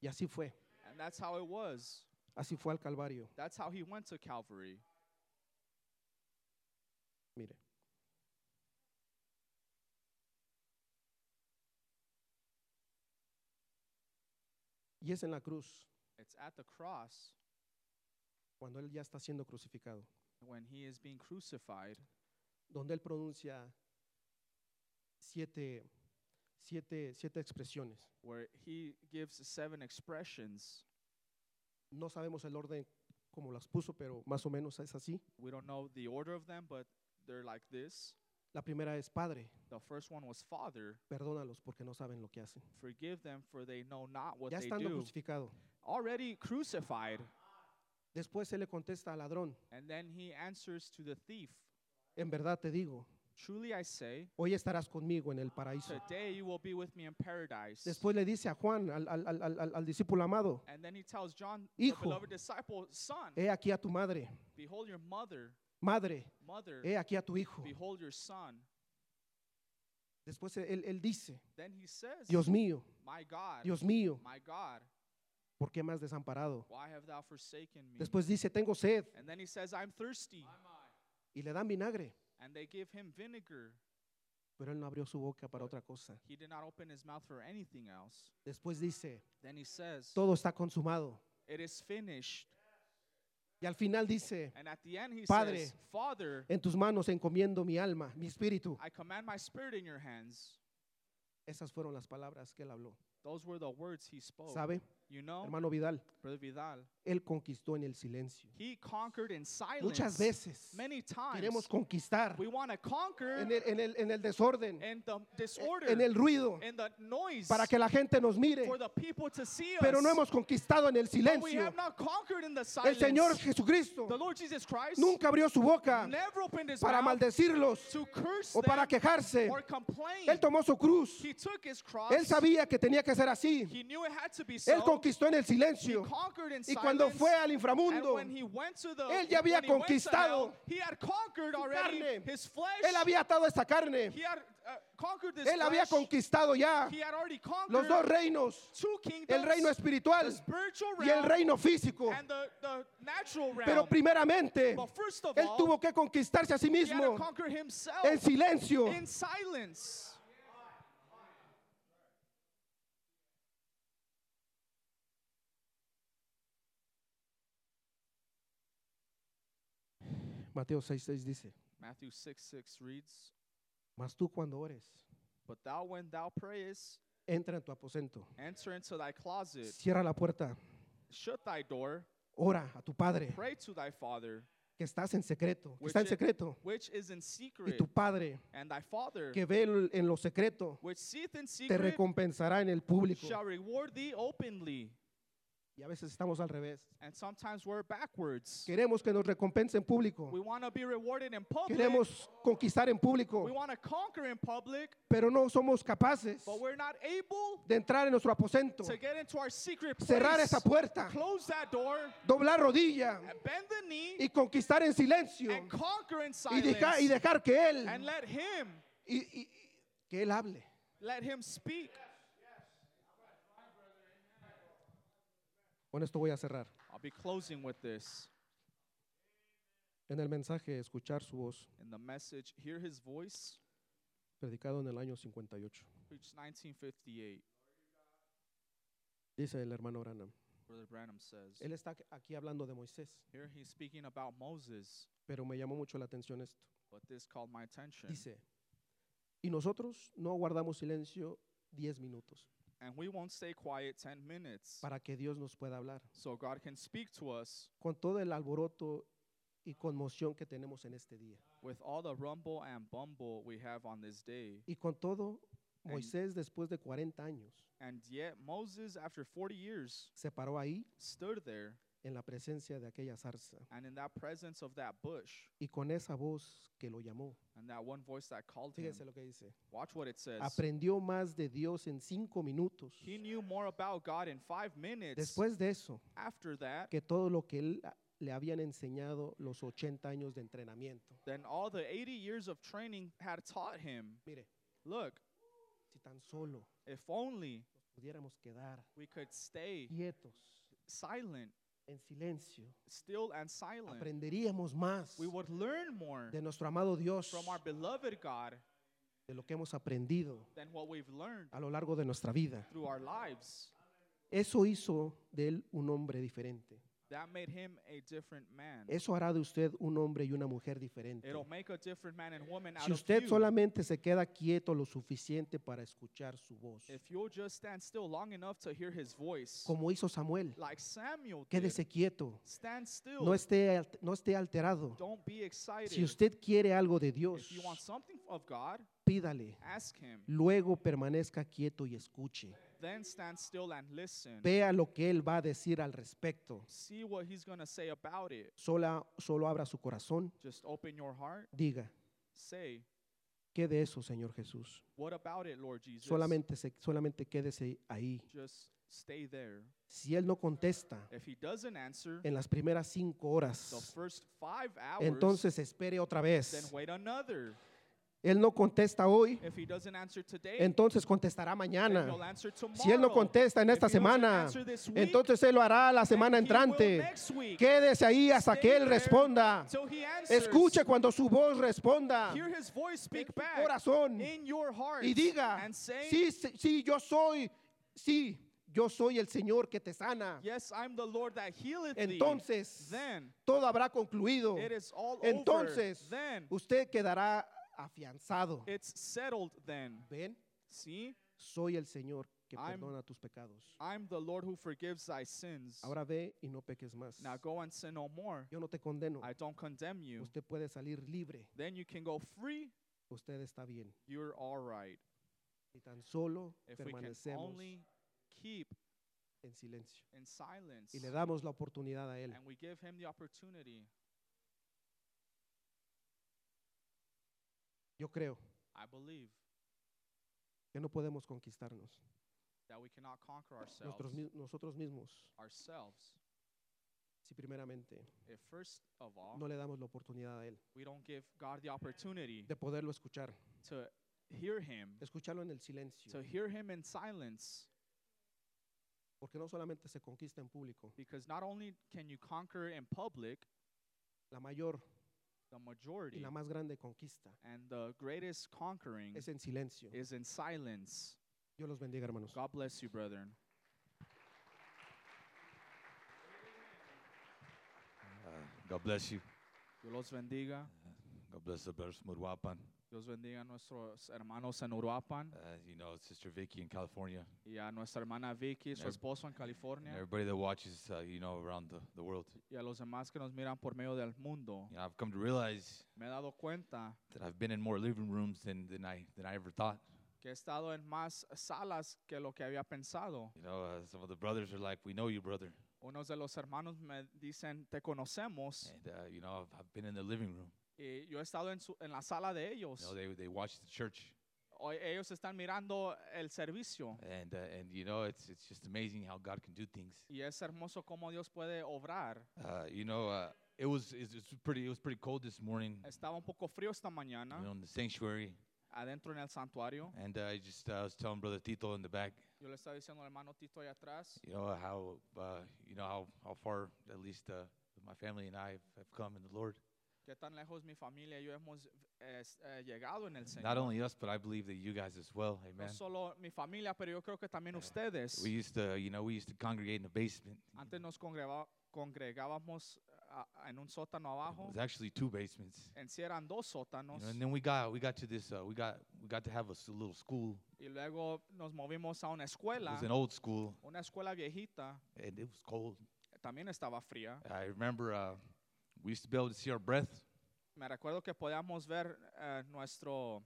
Speaker 4: Y así fue,
Speaker 5: And that's how it was.
Speaker 4: así fue al Calvario.
Speaker 5: That's how he went to Calvary.
Speaker 4: Mire. Y es en la cruz,
Speaker 5: It's at the cross
Speaker 4: cuando él ya está siendo crucificado,
Speaker 5: when he is being crucified
Speaker 4: donde él pronuncia siete, siete, siete expresiones.
Speaker 5: where he gives seven expressions.
Speaker 4: No sabemos el orden como las puso, pero más o menos es así.
Speaker 5: We don't know the order of them, but they're like this.
Speaker 4: La primera es, Padre,
Speaker 5: The first one was Father,
Speaker 4: perdónalos porque no saben lo que hacen.
Speaker 5: forgive them for they know not what
Speaker 4: Ya
Speaker 5: they
Speaker 4: estando
Speaker 5: do.
Speaker 4: crucificado.
Speaker 5: Already crucified.
Speaker 4: Después él le contesta al ladrón,
Speaker 5: And then he answers to the thief
Speaker 4: en verdad te digo,
Speaker 5: Truly I say,
Speaker 4: hoy estarás conmigo en el paraíso.
Speaker 5: today you will be with me in paradise.
Speaker 4: Después le dice a Juan, al, al- al- al- al- al discípulo amado,
Speaker 5: and then he tells John,
Speaker 4: Hijo. Eh.
Speaker 5: the beloved disciple, Son,
Speaker 4: he aquí a tu madre,
Speaker 5: behold your mother,
Speaker 4: madre,
Speaker 5: mother,
Speaker 4: he aquí a tu Eh, hijo.
Speaker 5: behold your son.
Speaker 4: Después él, él dice,
Speaker 5: Then he says,
Speaker 4: Dios mío,
Speaker 5: My God,
Speaker 4: Dios mío,
Speaker 5: my God,
Speaker 4: ¿por qué me has desamparado?
Speaker 5: why have thou forsaken me?
Speaker 4: Después dice, tengo sed,
Speaker 5: and then he says, I'm thirsty.
Speaker 4: y le dan vinagre,
Speaker 5: And they give him vinegar.
Speaker 4: pero él no abrió su boca para otra cosa.
Speaker 5: He did not open his mouth for anything else.
Speaker 4: Después dice,
Speaker 5: Then he says,
Speaker 4: todo está consumado.
Speaker 5: It is finished.
Speaker 4: Y al final dice,
Speaker 5: And at the end he
Speaker 4: Padre,
Speaker 5: says, Father,
Speaker 4: en tus manos encomiendo mi alma, mi espíritu.
Speaker 5: I command my spirit in your hands.
Speaker 4: Esas fueron las palabras que él habló.
Speaker 5: Those were the words he spoke.
Speaker 4: ¿Sabe,
Speaker 5: You know,
Speaker 4: hermano Vidal?
Speaker 5: Brother Vidal,
Speaker 4: Él conquistó en el silencio.
Speaker 5: he conquered in silence.
Speaker 4: Muchas veces
Speaker 5: many times,
Speaker 4: queremos conquistar
Speaker 5: we want to conquer
Speaker 4: en el, en el- en el desorden,
Speaker 5: in the disorder,
Speaker 4: en el ruido,
Speaker 5: in the noise,
Speaker 4: para que la gente nos mire,
Speaker 5: for the people to see us.
Speaker 4: pero no hemos conquistado en el
Speaker 5: but we
Speaker 4: silencio.
Speaker 5: have not conquered in the
Speaker 4: El
Speaker 5: silence.
Speaker 4: Señor Jesucristo
Speaker 5: the Lord Jesus Christ
Speaker 4: nunca abrió su boca
Speaker 5: never opened his
Speaker 4: para
Speaker 5: mouth
Speaker 4: maldecirlos
Speaker 5: to curse
Speaker 4: o para
Speaker 5: them
Speaker 4: quejarse.
Speaker 5: or complain.
Speaker 4: Él tomó su cruz.
Speaker 5: he took his cross.
Speaker 4: Él sabía que tenía que ser así.
Speaker 5: He knew it had to be
Speaker 4: Él
Speaker 5: so.
Speaker 4: conquistó en el
Speaker 5: He
Speaker 4: silencio.
Speaker 5: conquered in
Speaker 4: Y cuando
Speaker 5: silence.
Speaker 4: fue al
Speaker 5: And
Speaker 4: inframundo,
Speaker 5: when he went to the,
Speaker 4: Él ya había
Speaker 5: when he went to
Speaker 4: conquistado
Speaker 5: hell, he had conquered already
Speaker 4: carne.
Speaker 5: his flesh.
Speaker 4: Él había atado esta carne.
Speaker 5: he had uh, conquered this
Speaker 4: Él había
Speaker 5: flesh.
Speaker 4: conquistado ya
Speaker 5: He had already conquered
Speaker 4: los dos reinos,
Speaker 5: two kingdoms,
Speaker 4: el reino
Speaker 5: the
Speaker 4: espiritual
Speaker 5: spiritual
Speaker 4: y el
Speaker 5: realm
Speaker 4: reino físico.
Speaker 5: and the, the natural realm.
Speaker 4: Pero primeramente,
Speaker 5: but first of
Speaker 4: él
Speaker 5: all,
Speaker 4: tuvo que conquistarse a sí
Speaker 5: he had to
Speaker 4: mismo
Speaker 5: conquer himself
Speaker 4: en silencio.
Speaker 5: in silence.
Speaker 4: Mateo 6:6 dice,
Speaker 5: Matthew 6 6 reads,
Speaker 4: mas tú cuando ores,
Speaker 5: But thou, when thou prayest,
Speaker 4: entra en tu aposento,
Speaker 5: enter into thy closet,
Speaker 4: cierra la puerta,
Speaker 5: shut thy door,
Speaker 4: ora a tu Padre,
Speaker 5: pray to thy Father,
Speaker 4: que estás en secreto, que
Speaker 5: which,
Speaker 4: está en
Speaker 5: i-
Speaker 4: secreto,
Speaker 5: which is in
Speaker 4: y
Speaker 5: secret,
Speaker 4: tu Padre,
Speaker 5: and thy Father,
Speaker 4: que ve el- en lo secreto,
Speaker 5: which seeth
Speaker 4: te
Speaker 5: in secret,
Speaker 4: recompensará en el público.
Speaker 5: shall reward thee openly.
Speaker 4: Y a veces estamos al revés.
Speaker 5: And sometimes we're backwards.
Speaker 4: Queremos que nos recompense en público.
Speaker 5: We want to be rewarded in public.
Speaker 4: Queremos conquistar en
Speaker 5: We
Speaker 4: público,
Speaker 5: want to conquer in public,
Speaker 4: pero no somos capaces
Speaker 5: but we're not able
Speaker 4: de entrar en nuestro aposento,
Speaker 5: to get into our secret place.
Speaker 4: cerrar esa puerta,
Speaker 5: Close that door,
Speaker 4: doblar rodilla
Speaker 5: and bend the knee,
Speaker 4: y conquistar en silencio
Speaker 5: and conquer
Speaker 4: y,
Speaker 5: in silence.
Speaker 4: deja- y dejar que Él,
Speaker 5: and let Him,
Speaker 4: y- y- que Él hable.
Speaker 5: let Him speak.
Speaker 4: Con esto voy a cerrar.
Speaker 5: I'll be closing with this.
Speaker 4: En el mensaje Escuchar su voz,
Speaker 5: In the message, hear His voice,
Speaker 4: predicado en el año 58,
Speaker 5: preached 1958.
Speaker 4: dice el hermano Branham.
Speaker 5: Brother Branham says.
Speaker 4: Él está aquí hablando de Moisés,
Speaker 5: Here he's speaking about Moses,
Speaker 4: pero me llamó mucho la atención esto.
Speaker 5: but this called my attention.
Speaker 4: Dice, y nosotros no guardamos silencio 10 minutos
Speaker 5: And we won't stay quiet 10 minutes
Speaker 4: para que Dios nos pueda hablar.
Speaker 5: so God can speak to us
Speaker 4: con todo el alboroto y conmoción que tenemos en este día.
Speaker 5: with all the rumble and bumble we have on this day.
Speaker 4: Y con todo,
Speaker 5: And-
Speaker 4: Moisés después de 40 años
Speaker 5: And yet, Moses, after 40 years,
Speaker 4: se paró ahí
Speaker 5: stood there
Speaker 4: en la presencia de aquella zarza
Speaker 5: and in that presence of that bush
Speaker 4: y con esa voz que lo llamó.
Speaker 5: and that one voice that called him.
Speaker 4: Fíjense lo que dice.
Speaker 5: Watch what it says.
Speaker 4: Aprendió más de Dios en cinco minutos.
Speaker 5: He knew more about God in five minutes
Speaker 4: Después de eso,
Speaker 5: after that
Speaker 4: que todo lo que él a- le habían enseñado los 80 años de entrenamiento.
Speaker 5: than all the 80 years of training had taught him.
Speaker 4: Mire,
Speaker 5: Look,
Speaker 4: si tan solo
Speaker 5: if only
Speaker 4: nos pudiéramos quedar
Speaker 5: we could stay
Speaker 4: quietos,
Speaker 5: silent,
Speaker 4: en silencio,
Speaker 5: still and silent,
Speaker 4: aprenderíamos más
Speaker 5: we would learn more
Speaker 4: de nuestro amado Dios.
Speaker 5: from our beloved God
Speaker 4: de lo que hemos aprendido
Speaker 5: than what we've learned
Speaker 4: a lo largo de nuestra vida.
Speaker 5: through our lives.
Speaker 4: Eso hizo de él un hombre diferente.
Speaker 5: That made him a different man.
Speaker 4: Eso hará de usted un hombre y una mujer diferente.
Speaker 5: It'll make a different man and woman out
Speaker 4: Si
Speaker 5: of
Speaker 4: usted
Speaker 5: you.
Speaker 4: solamente se queda quieto lo suficiente para escuchar su voz,
Speaker 5: if you'll just stand still long enough to hear his voice,
Speaker 4: como hizo Samuel,
Speaker 5: like Samuel did,
Speaker 4: quédese quieto,
Speaker 5: stand still.
Speaker 4: no esté, alt- no esté alterado.
Speaker 5: Don't be excited.
Speaker 4: Si usted quiere algo de Dios,
Speaker 5: if you want something of God,
Speaker 4: pídale.
Speaker 5: ask him.
Speaker 4: Luego permanezca quieto y escuche.
Speaker 5: Then stand still and listen.
Speaker 4: Vea lo que él va a decir al respecto.
Speaker 5: See what he's going to say about it.
Speaker 4: Sola, solo abra su corazón,
Speaker 5: Just open your heart.
Speaker 4: diga,
Speaker 5: Say,
Speaker 4: ¿qué de eso, Señor Jesús?
Speaker 5: what about it, Lord Jesus?
Speaker 4: Solamente, se- solamente quédese ahí.
Speaker 5: just stay there.
Speaker 4: Si él no contesta
Speaker 5: If he doesn't answer
Speaker 4: en las primeras cinco
Speaker 5: the
Speaker 4: horas,
Speaker 5: first five hours,
Speaker 4: entonces espere otra
Speaker 5: then
Speaker 4: vez.
Speaker 5: wait another.
Speaker 4: Él no contesta hoy,
Speaker 5: If he doesn't answer today,
Speaker 4: entonces contestará
Speaker 5: then he'll
Speaker 4: mañana.
Speaker 5: answer tomorrow.
Speaker 4: Si él no contesta en
Speaker 5: If
Speaker 4: esta
Speaker 5: he doesn't
Speaker 4: semana,
Speaker 5: answer this week,
Speaker 4: entonces él lo hará la
Speaker 5: then
Speaker 4: semana
Speaker 5: he will
Speaker 4: entrante.
Speaker 5: next week.
Speaker 4: Quédese ahí hasta
Speaker 5: Stay
Speaker 4: que él
Speaker 5: there
Speaker 4: responda.
Speaker 5: till he answers.
Speaker 4: Escuche cuando su voz responda
Speaker 5: Hear his voice speak
Speaker 4: su
Speaker 5: back
Speaker 4: corazón
Speaker 5: in your heart
Speaker 4: y diga,
Speaker 5: and say,
Speaker 4: sí, sí, sí, yo soy, sí, yo soy el Señor que te sana.
Speaker 5: Yes, I'm the Lord that healeth thee.
Speaker 4: Entonces,
Speaker 5: Then
Speaker 4: todo habrá concluido.
Speaker 5: it is all over.
Speaker 4: Entonces,
Speaker 5: Then
Speaker 4: usted quedará afianzado.
Speaker 5: it's settled. Then
Speaker 4: ¿Ven?
Speaker 5: see,
Speaker 4: Soy el Señor que
Speaker 5: I'm-
Speaker 4: perdona tus pecados.
Speaker 5: I'm the Lord who forgives thy sins.
Speaker 4: Ahora ve y no peques más.
Speaker 5: Now go and sin no more.
Speaker 4: Yo no te condeno.
Speaker 5: I don't condemn you.
Speaker 4: Usted puede salir libre.
Speaker 5: Then you can go free.
Speaker 4: Usted está bien.
Speaker 5: You're all right.
Speaker 4: Y tan solo
Speaker 5: If we can
Speaker 4: permanecemos
Speaker 5: only keep
Speaker 4: en silencio.
Speaker 5: in silence
Speaker 4: Y le damos la oportunidad a Él.
Speaker 5: and we give him the opportunity,
Speaker 4: Yo creo
Speaker 5: I believe
Speaker 4: que no podemos conquistarnos.
Speaker 5: that we cannot conquer
Speaker 4: nosotros,
Speaker 5: ourselves,
Speaker 4: mi- nosotros mismos
Speaker 5: ourselves,
Speaker 4: si primeramente
Speaker 5: if first of all,
Speaker 4: no le damos la oportunidad a Él
Speaker 5: we don't give God the opportunity
Speaker 4: de poderlo escuchar,
Speaker 5: to hear Him,
Speaker 4: de escucharlo en el
Speaker 5: to
Speaker 4: silencio,
Speaker 5: hear Him in silence,
Speaker 4: porque no solamente se conquista en público,
Speaker 5: because not only can you conquer in public,
Speaker 4: la mayor
Speaker 5: the
Speaker 4: y
Speaker 5: majority
Speaker 4: la más grande conquista
Speaker 5: and the greatest conquering
Speaker 4: es en silencio.
Speaker 5: is in silence.
Speaker 4: Dios los bendiga, hermanos.
Speaker 5: God bless you, brethren.
Speaker 6: Uh, God bless you.
Speaker 5: Dios los bendiga.
Speaker 6: God bless the brothers from Uruapan.
Speaker 5: Dios bendiga a nuestros hermanos en Uruapan
Speaker 6: Uh, you know, Sister Vicky in California.
Speaker 5: y a nuestra hermana Vicky, su
Speaker 6: Ev-
Speaker 5: esposo en
Speaker 6: And
Speaker 5: California
Speaker 6: everybody that watches, uh, you know, around the, the world.
Speaker 5: y a los demás que nos miran por medio del mundo.
Speaker 6: You know, I've come to realize
Speaker 5: Me he dado cuenta
Speaker 6: that I've been in more living rooms than, than, I, than I ever thought.
Speaker 5: que he estado en más salas que lo que había pensado.
Speaker 6: You know, uh, some of the brothers are like, we know you, brother.
Speaker 5: Unos de los hermanos me dicen, te conocemos.
Speaker 6: And, uh, you know, I've, I've been in the living room.
Speaker 5: Y yo he estado en, su- en la sala de ellos.
Speaker 6: You know, they, they watch the church.
Speaker 5: Hoy ellos están mirando el servicio.
Speaker 6: And, uh, and you know, it's, it's just amazing how God can do things.
Speaker 5: Y es hermoso cómo Dios puede obrar.
Speaker 6: Uh, you know, uh, it, was, it's, it's pretty, it was pretty cold this morning
Speaker 5: Estaba un poco frío esta
Speaker 6: you know,
Speaker 5: mañana
Speaker 6: in the sanctuary.
Speaker 5: adentro en el santuario.
Speaker 6: And uh, I just uh, I was telling Brother Tito in the back,
Speaker 5: Yo le estaba diciendo al hermano Tito allá atrás.
Speaker 6: you know how uh, you know how, how far at least uh, my family and I have come in the Lord.
Speaker 5: qué tan lejos mi familia y yo hemos eh, s- eh, llegado en el
Speaker 6: Not
Speaker 5: Señor.
Speaker 6: only us, but I believe that you guys as well. Amen.
Speaker 5: No solo mi familia, pero yo creo que también ustedes.
Speaker 6: We used to, you know, we used to congregate in the basement.
Speaker 5: Antes nos congreva- congregábamos a- a- en un sótano
Speaker 6: It
Speaker 5: abajo,
Speaker 6: was actually two basements.
Speaker 5: en sí eran dos
Speaker 6: You
Speaker 5: sótanos,
Speaker 6: know, and then we got we got to this uh, we got we got to have a s- little school.
Speaker 5: y luego nos movimos a una
Speaker 6: It
Speaker 5: escuela,
Speaker 6: was an old school,
Speaker 5: una escuela viejita,
Speaker 6: and it was cold.
Speaker 5: eh, también estaba fría.
Speaker 6: I remember uh, we used to be able to see our breath,
Speaker 5: Me recuerdo que podíamos ver eh, nuestro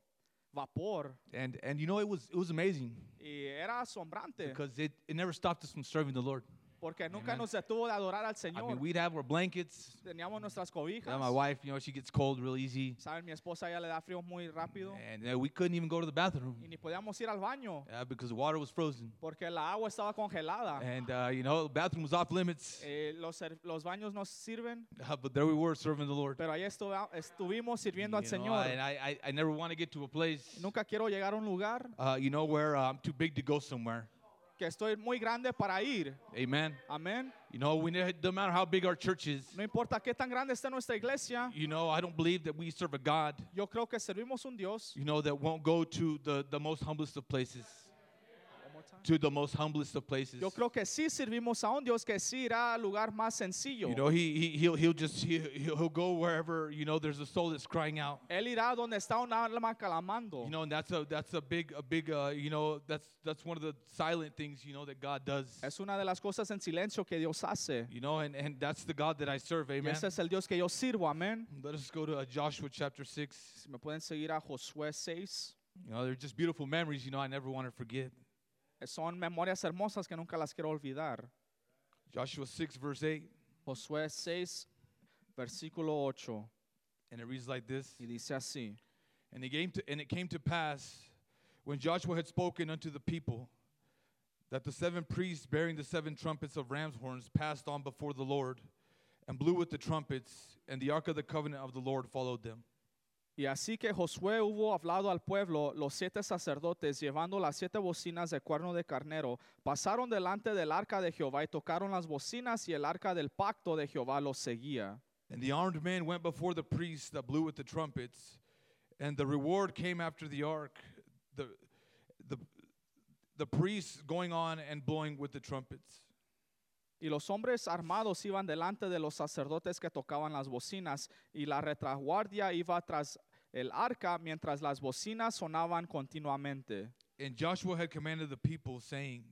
Speaker 5: vapor
Speaker 6: and and you know it was it was amazing
Speaker 5: y era asombrante
Speaker 6: because it, it never stopped us from serving the Lord.
Speaker 5: porque nunca
Speaker 6: Amen.
Speaker 5: nos detuvo de adorar al
Speaker 6: I mean,
Speaker 5: Señor.
Speaker 6: we'd have our blankets.
Speaker 5: Teníamos nuestras
Speaker 6: Yeah, my
Speaker 5: cobijas.
Speaker 6: wife, you know, she gets cold real easy.
Speaker 5: Saben, mi esposa ya le da frío muy rápido.
Speaker 6: And uh, we couldn't even go to the bathroom
Speaker 5: y ni podíamos ir al baño
Speaker 6: uh, because the water was frozen.
Speaker 5: porque la agua estaba congelada.
Speaker 6: And, uh, you know, the bathroom was off limits.
Speaker 5: Ah. Eh, los, ser- los baños nos sirven,
Speaker 6: Uh, but there we were serving the Lord.
Speaker 5: pero ahí estuva- estuvimos
Speaker 6: You
Speaker 5: sirviendo
Speaker 6: know,
Speaker 5: al Señor.
Speaker 6: and I, I, I never want to get to a place,
Speaker 5: Nunca quiero llegar a un lugar
Speaker 6: uh, you know, where uh, I'm too big to go somewhere.
Speaker 5: que estoy muy grande para ir.
Speaker 6: Amen.
Speaker 5: Amén.
Speaker 6: You know, we ne- no matter how big our church is,
Speaker 5: No importa qué tan grande esté nuestra iglesia,
Speaker 6: you know, I don't believe that we serve a God,
Speaker 5: yo creo que servimos un Dios
Speaker 6: you know, that won't go to the, the most humblest of places. To the most humblest of places.
Speaker 5: yo creo que sí servimos a un Dios que sí irá al lugar más sencillo.
Speaker 6: You know, he, he he'll he'll just he, he'll he'll go wherever you know there's a soul that's crying out.
Speaker 5: Él irá donde está un alma calamando.
Speaker 6: You know, and that's a that's a big a big uh, you know that's that's one of the silent things you know that God does.
Speaker 5: es una de las cosas en silencio que Dios hace.
Speaker 6: You know, and and that's the God that I serve.
Speaker 5: Y
Speaker 6: Amen.
Speaker 5: ese es el Dios que yo sirvo. Amén.
Speaker 6: Let us go to uh, Joshua chapter six.
Speaker 5: Si me pueden seguir a Josué 6.
Speaker 6: You know, they're just beautiful memories. You know, I never want to forget.
Speaker 5: Eh, Son memorias hermosas que nunca las quiero olvidar.
Speaker 6: Joshua six verse eight,
Speaker 5: Josué 6, versículo 8.
Speaker 6: and it reads like this.
Speaker 5: Y dice así.
Speaker 6: And it came to, and it came to pass when Joshua had spoken unto the people that the seven priests bearing the seven trumpets of ram's horns passed on before the Lord and blew with the trumpets, and the ark of the covenant of the Lord followed them.
Speaker 5: Y así que Josué hubo hablado al pueblo, los siete sacerdotes, llevando las siete bocinas de cuerno de carnero, pasaron delante del arca de Jehová y tocaron las bocinas y el arca del pacto de Jehová los seguía.
Speaker 6: And the armed men went before the priests that blew with the trumpets, and the reward came after the ark, the, the, the priests going on and blowing with the trumpets.
Speaker 5: Y los hombres armados iban delante de los sacerdotes que tocaban las bocinas, y la retaguardia iba tras el arca mientras las bocinas sonaban continuamente.
Speaker 6: And Joshua had commanded the people, saying,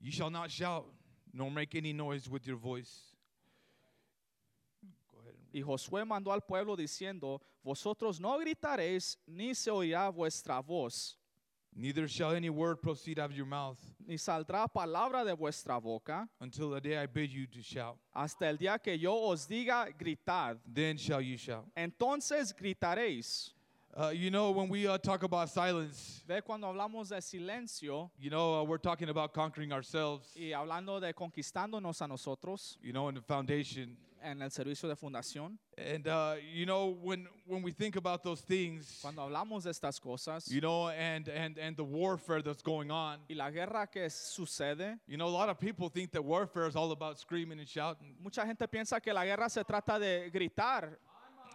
Speaker 6: You shall not shout, nor make any noise with your voice. Go ahead and read.
Speaker 5: Y Josué mandó al pueblo diciendo, vosotros no gritaréis, ni se oirá vuestra voz,
Speaker 6: Neither shall any word proceed out of your mouth
Speaker 5: ni saldrá palabra de vuestra boca,
Speaker 6: until the day I bid you to shout.
Speaker 5: hasta el día que yo os diga, gritad.
Speaker 6: Then shall you shout.
Speaker 5: Entonces gritaréis.
Speaker 6: Uh, you know, when we uh, talk about silence,
Speaker 5: Ve cuando hablamos de silencio
Speaker 6: you know, uh, we're talking about conquering ourselves,
Speaker 5: y hablando de conquistándonos a nosotros
Speaker 6: you know, in the foundation.
Speaker 5: en el servicio de fundación,
Speaker 6: And, uh, you know, when, when we think about those things,
Speaker 5: cuando hablamos de estas cosas
Speaker 6: you know, and, and, and the warfare that's going on,
Speaker 5: y la guerra que sucede,
Speaker 6: you know, a lot of people think that warfare is all about screaming and shouting.
Speaker 5: mucha gente piensa que la guerra se trata de gritar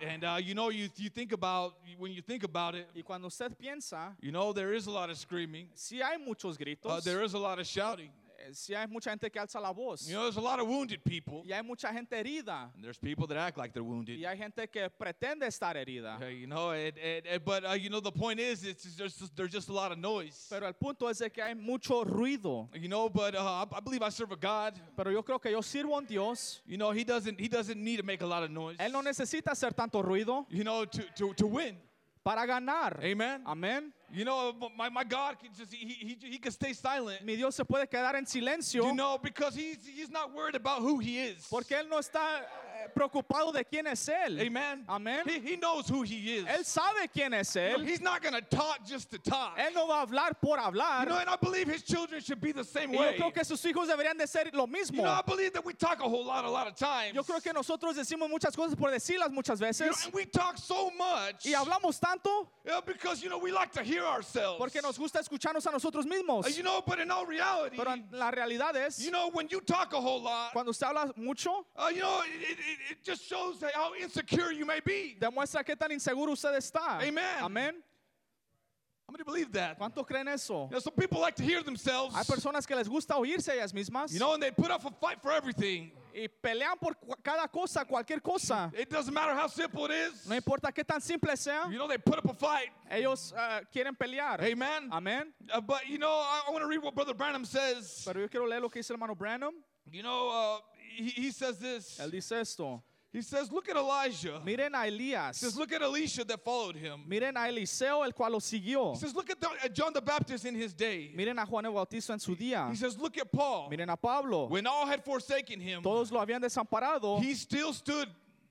Speaker 6: And, uh, you know, you, you think about, when you think about it,
Speaker 5: y cuando usted piensa,
Speaker 6: you know, there is a lot of screaming,
Speaker 5: si hay muchos
Speaker 6: uh,
Speaker 5: gritos,
Speaker 6: there is a lot of shouting.
Speaker 5: Eh, si hay mucha gente que alza la voz
Speaker 6: You know, there's a lot of wounded people.
Speaker 5: y hay mucha gente herida
Speaker 6: And there's people that act like they're wounded.
Speaker 5: y hay gente que pretende estar herida.
Speaker 6: Uh, you know, it, it, it- but uh, you know the point is, it's just, there's just, there's just a lot of noise.
Speaker 5: Pero el punto es de que hay mucho ruido.
Speaker 6: You know, but uh, I, I believe I serve a God.
Speaker 5: Pero yo creo que yo sirvo a un Dios.
Speaker 6: You know, He doesn't He doesn't need to make a lot of noise.
Speaker 5: Él no necesita hacer tanto ruido
Speaker 6: you know, to, to, to win.
Speaker 5: para ganar.
Speaker 6: Amen.
Speaker 5: Amén.
Speaker 6: You know, my, my God can just He He, he can stay silent.
Speaker 5: Mi Dios se puede quedar en silencio
Speaker 6: You know, because He's He's not worried about who He is.
Speaker 5: porque Él no está eh, preocupado de quién es Él.
Speaker 6: Amen.
Speaker 5: Amén.
Speaker 6: He, he knows who He is.
Speaker 5: Él sabe quién es
Speaker 6: You know,
Speaker 5: Él.
Speaker 6: he's not gonna talk just to talk.
Speaker 5: Él no va a hablar por
Speaker 6: You
Speaker 5: hablar.
Speaker 6: know, and I believe His children should be the same
Speaker 5: Y yo
Speaker 6: way.
Speaker 5: creo que sus hijos deberían de ser lo mismo.
Speaker 6: You know, I believe that we talk a whole lot, a lot of times.
Speaker 5: Yo creo que nosotros decimos muchas cosas por decirlas muchas
Speaker 6: You know,
Speaker 5: veces.
Speaker 6: and we talk so much
Speaker 5: Y hablamos tanto
Speaker 6: uh, because you know we like to hear ourselves.
Speaker 5: porque nos gusta escucharnos a nosotros mismos.
Speaker 6: Uh, you know, but in all reality,
Speaker 5: Pero en- la realidad es,
Speaker 6: you know, when you talk a whole lot,
Speaker 5: cuando usted habla mucho,
Speaker 6: uh, you know, it, it, it- it just shows that how insecure you may be.
Speaker 5: demuestra qué tan inseguro usted está.
Speaker 6: Amen.
Speaker 5: Amén.
Speaker 6: How many believe that?
Speaker 5: ¿Cuántos creen eso?
Speaker 6: You know, some people like to hear themselves.
Speaker 5: Hay personas que les gusta oírse ellas mismas
Speaker 6: You know, and they put up a fight for everything.
Speaker 5: y pelean por cu- cada cosa, cualquier cosa.
Speaker 6: It doesn't matter how simple it is.
Speaker 5: No importa qué tan simple sea,
Speaker 6: You know, they put up a fight.
Speaker 5: ellos eh, quieren pelear.
Speaker 6: Amen.
Speaker 5: Amén.
Speaker 6: Uh, but you know, I, I want to read what Brother Branham says.
Speaker 5: Pero yo quiero leer lo que dice el hermano Branham.
Speaker 6: You know, uh, he, he says this.
Speaker 5: Él dice esto.
Speaker 6: He says, "Look at Elijah."
Speaker 5: Miren a Elías.
Speaker 6: He says, "Look at Elisha that followed him."
Speaker 5: Miren a Eliseo, el cual lo siguió.
Speaker 6: He says, look at, the, at John the Baptist in his day.
Speaker 5: Miren a Juan el Bautista en su día.
Speaker 6: He says, look at Paul.
Speaker 5: Miren a Pablo.
Speaker 6: When all had forsaken him,
Speaker 5: Todos lo habían desamparado
Speaker 6: he still stood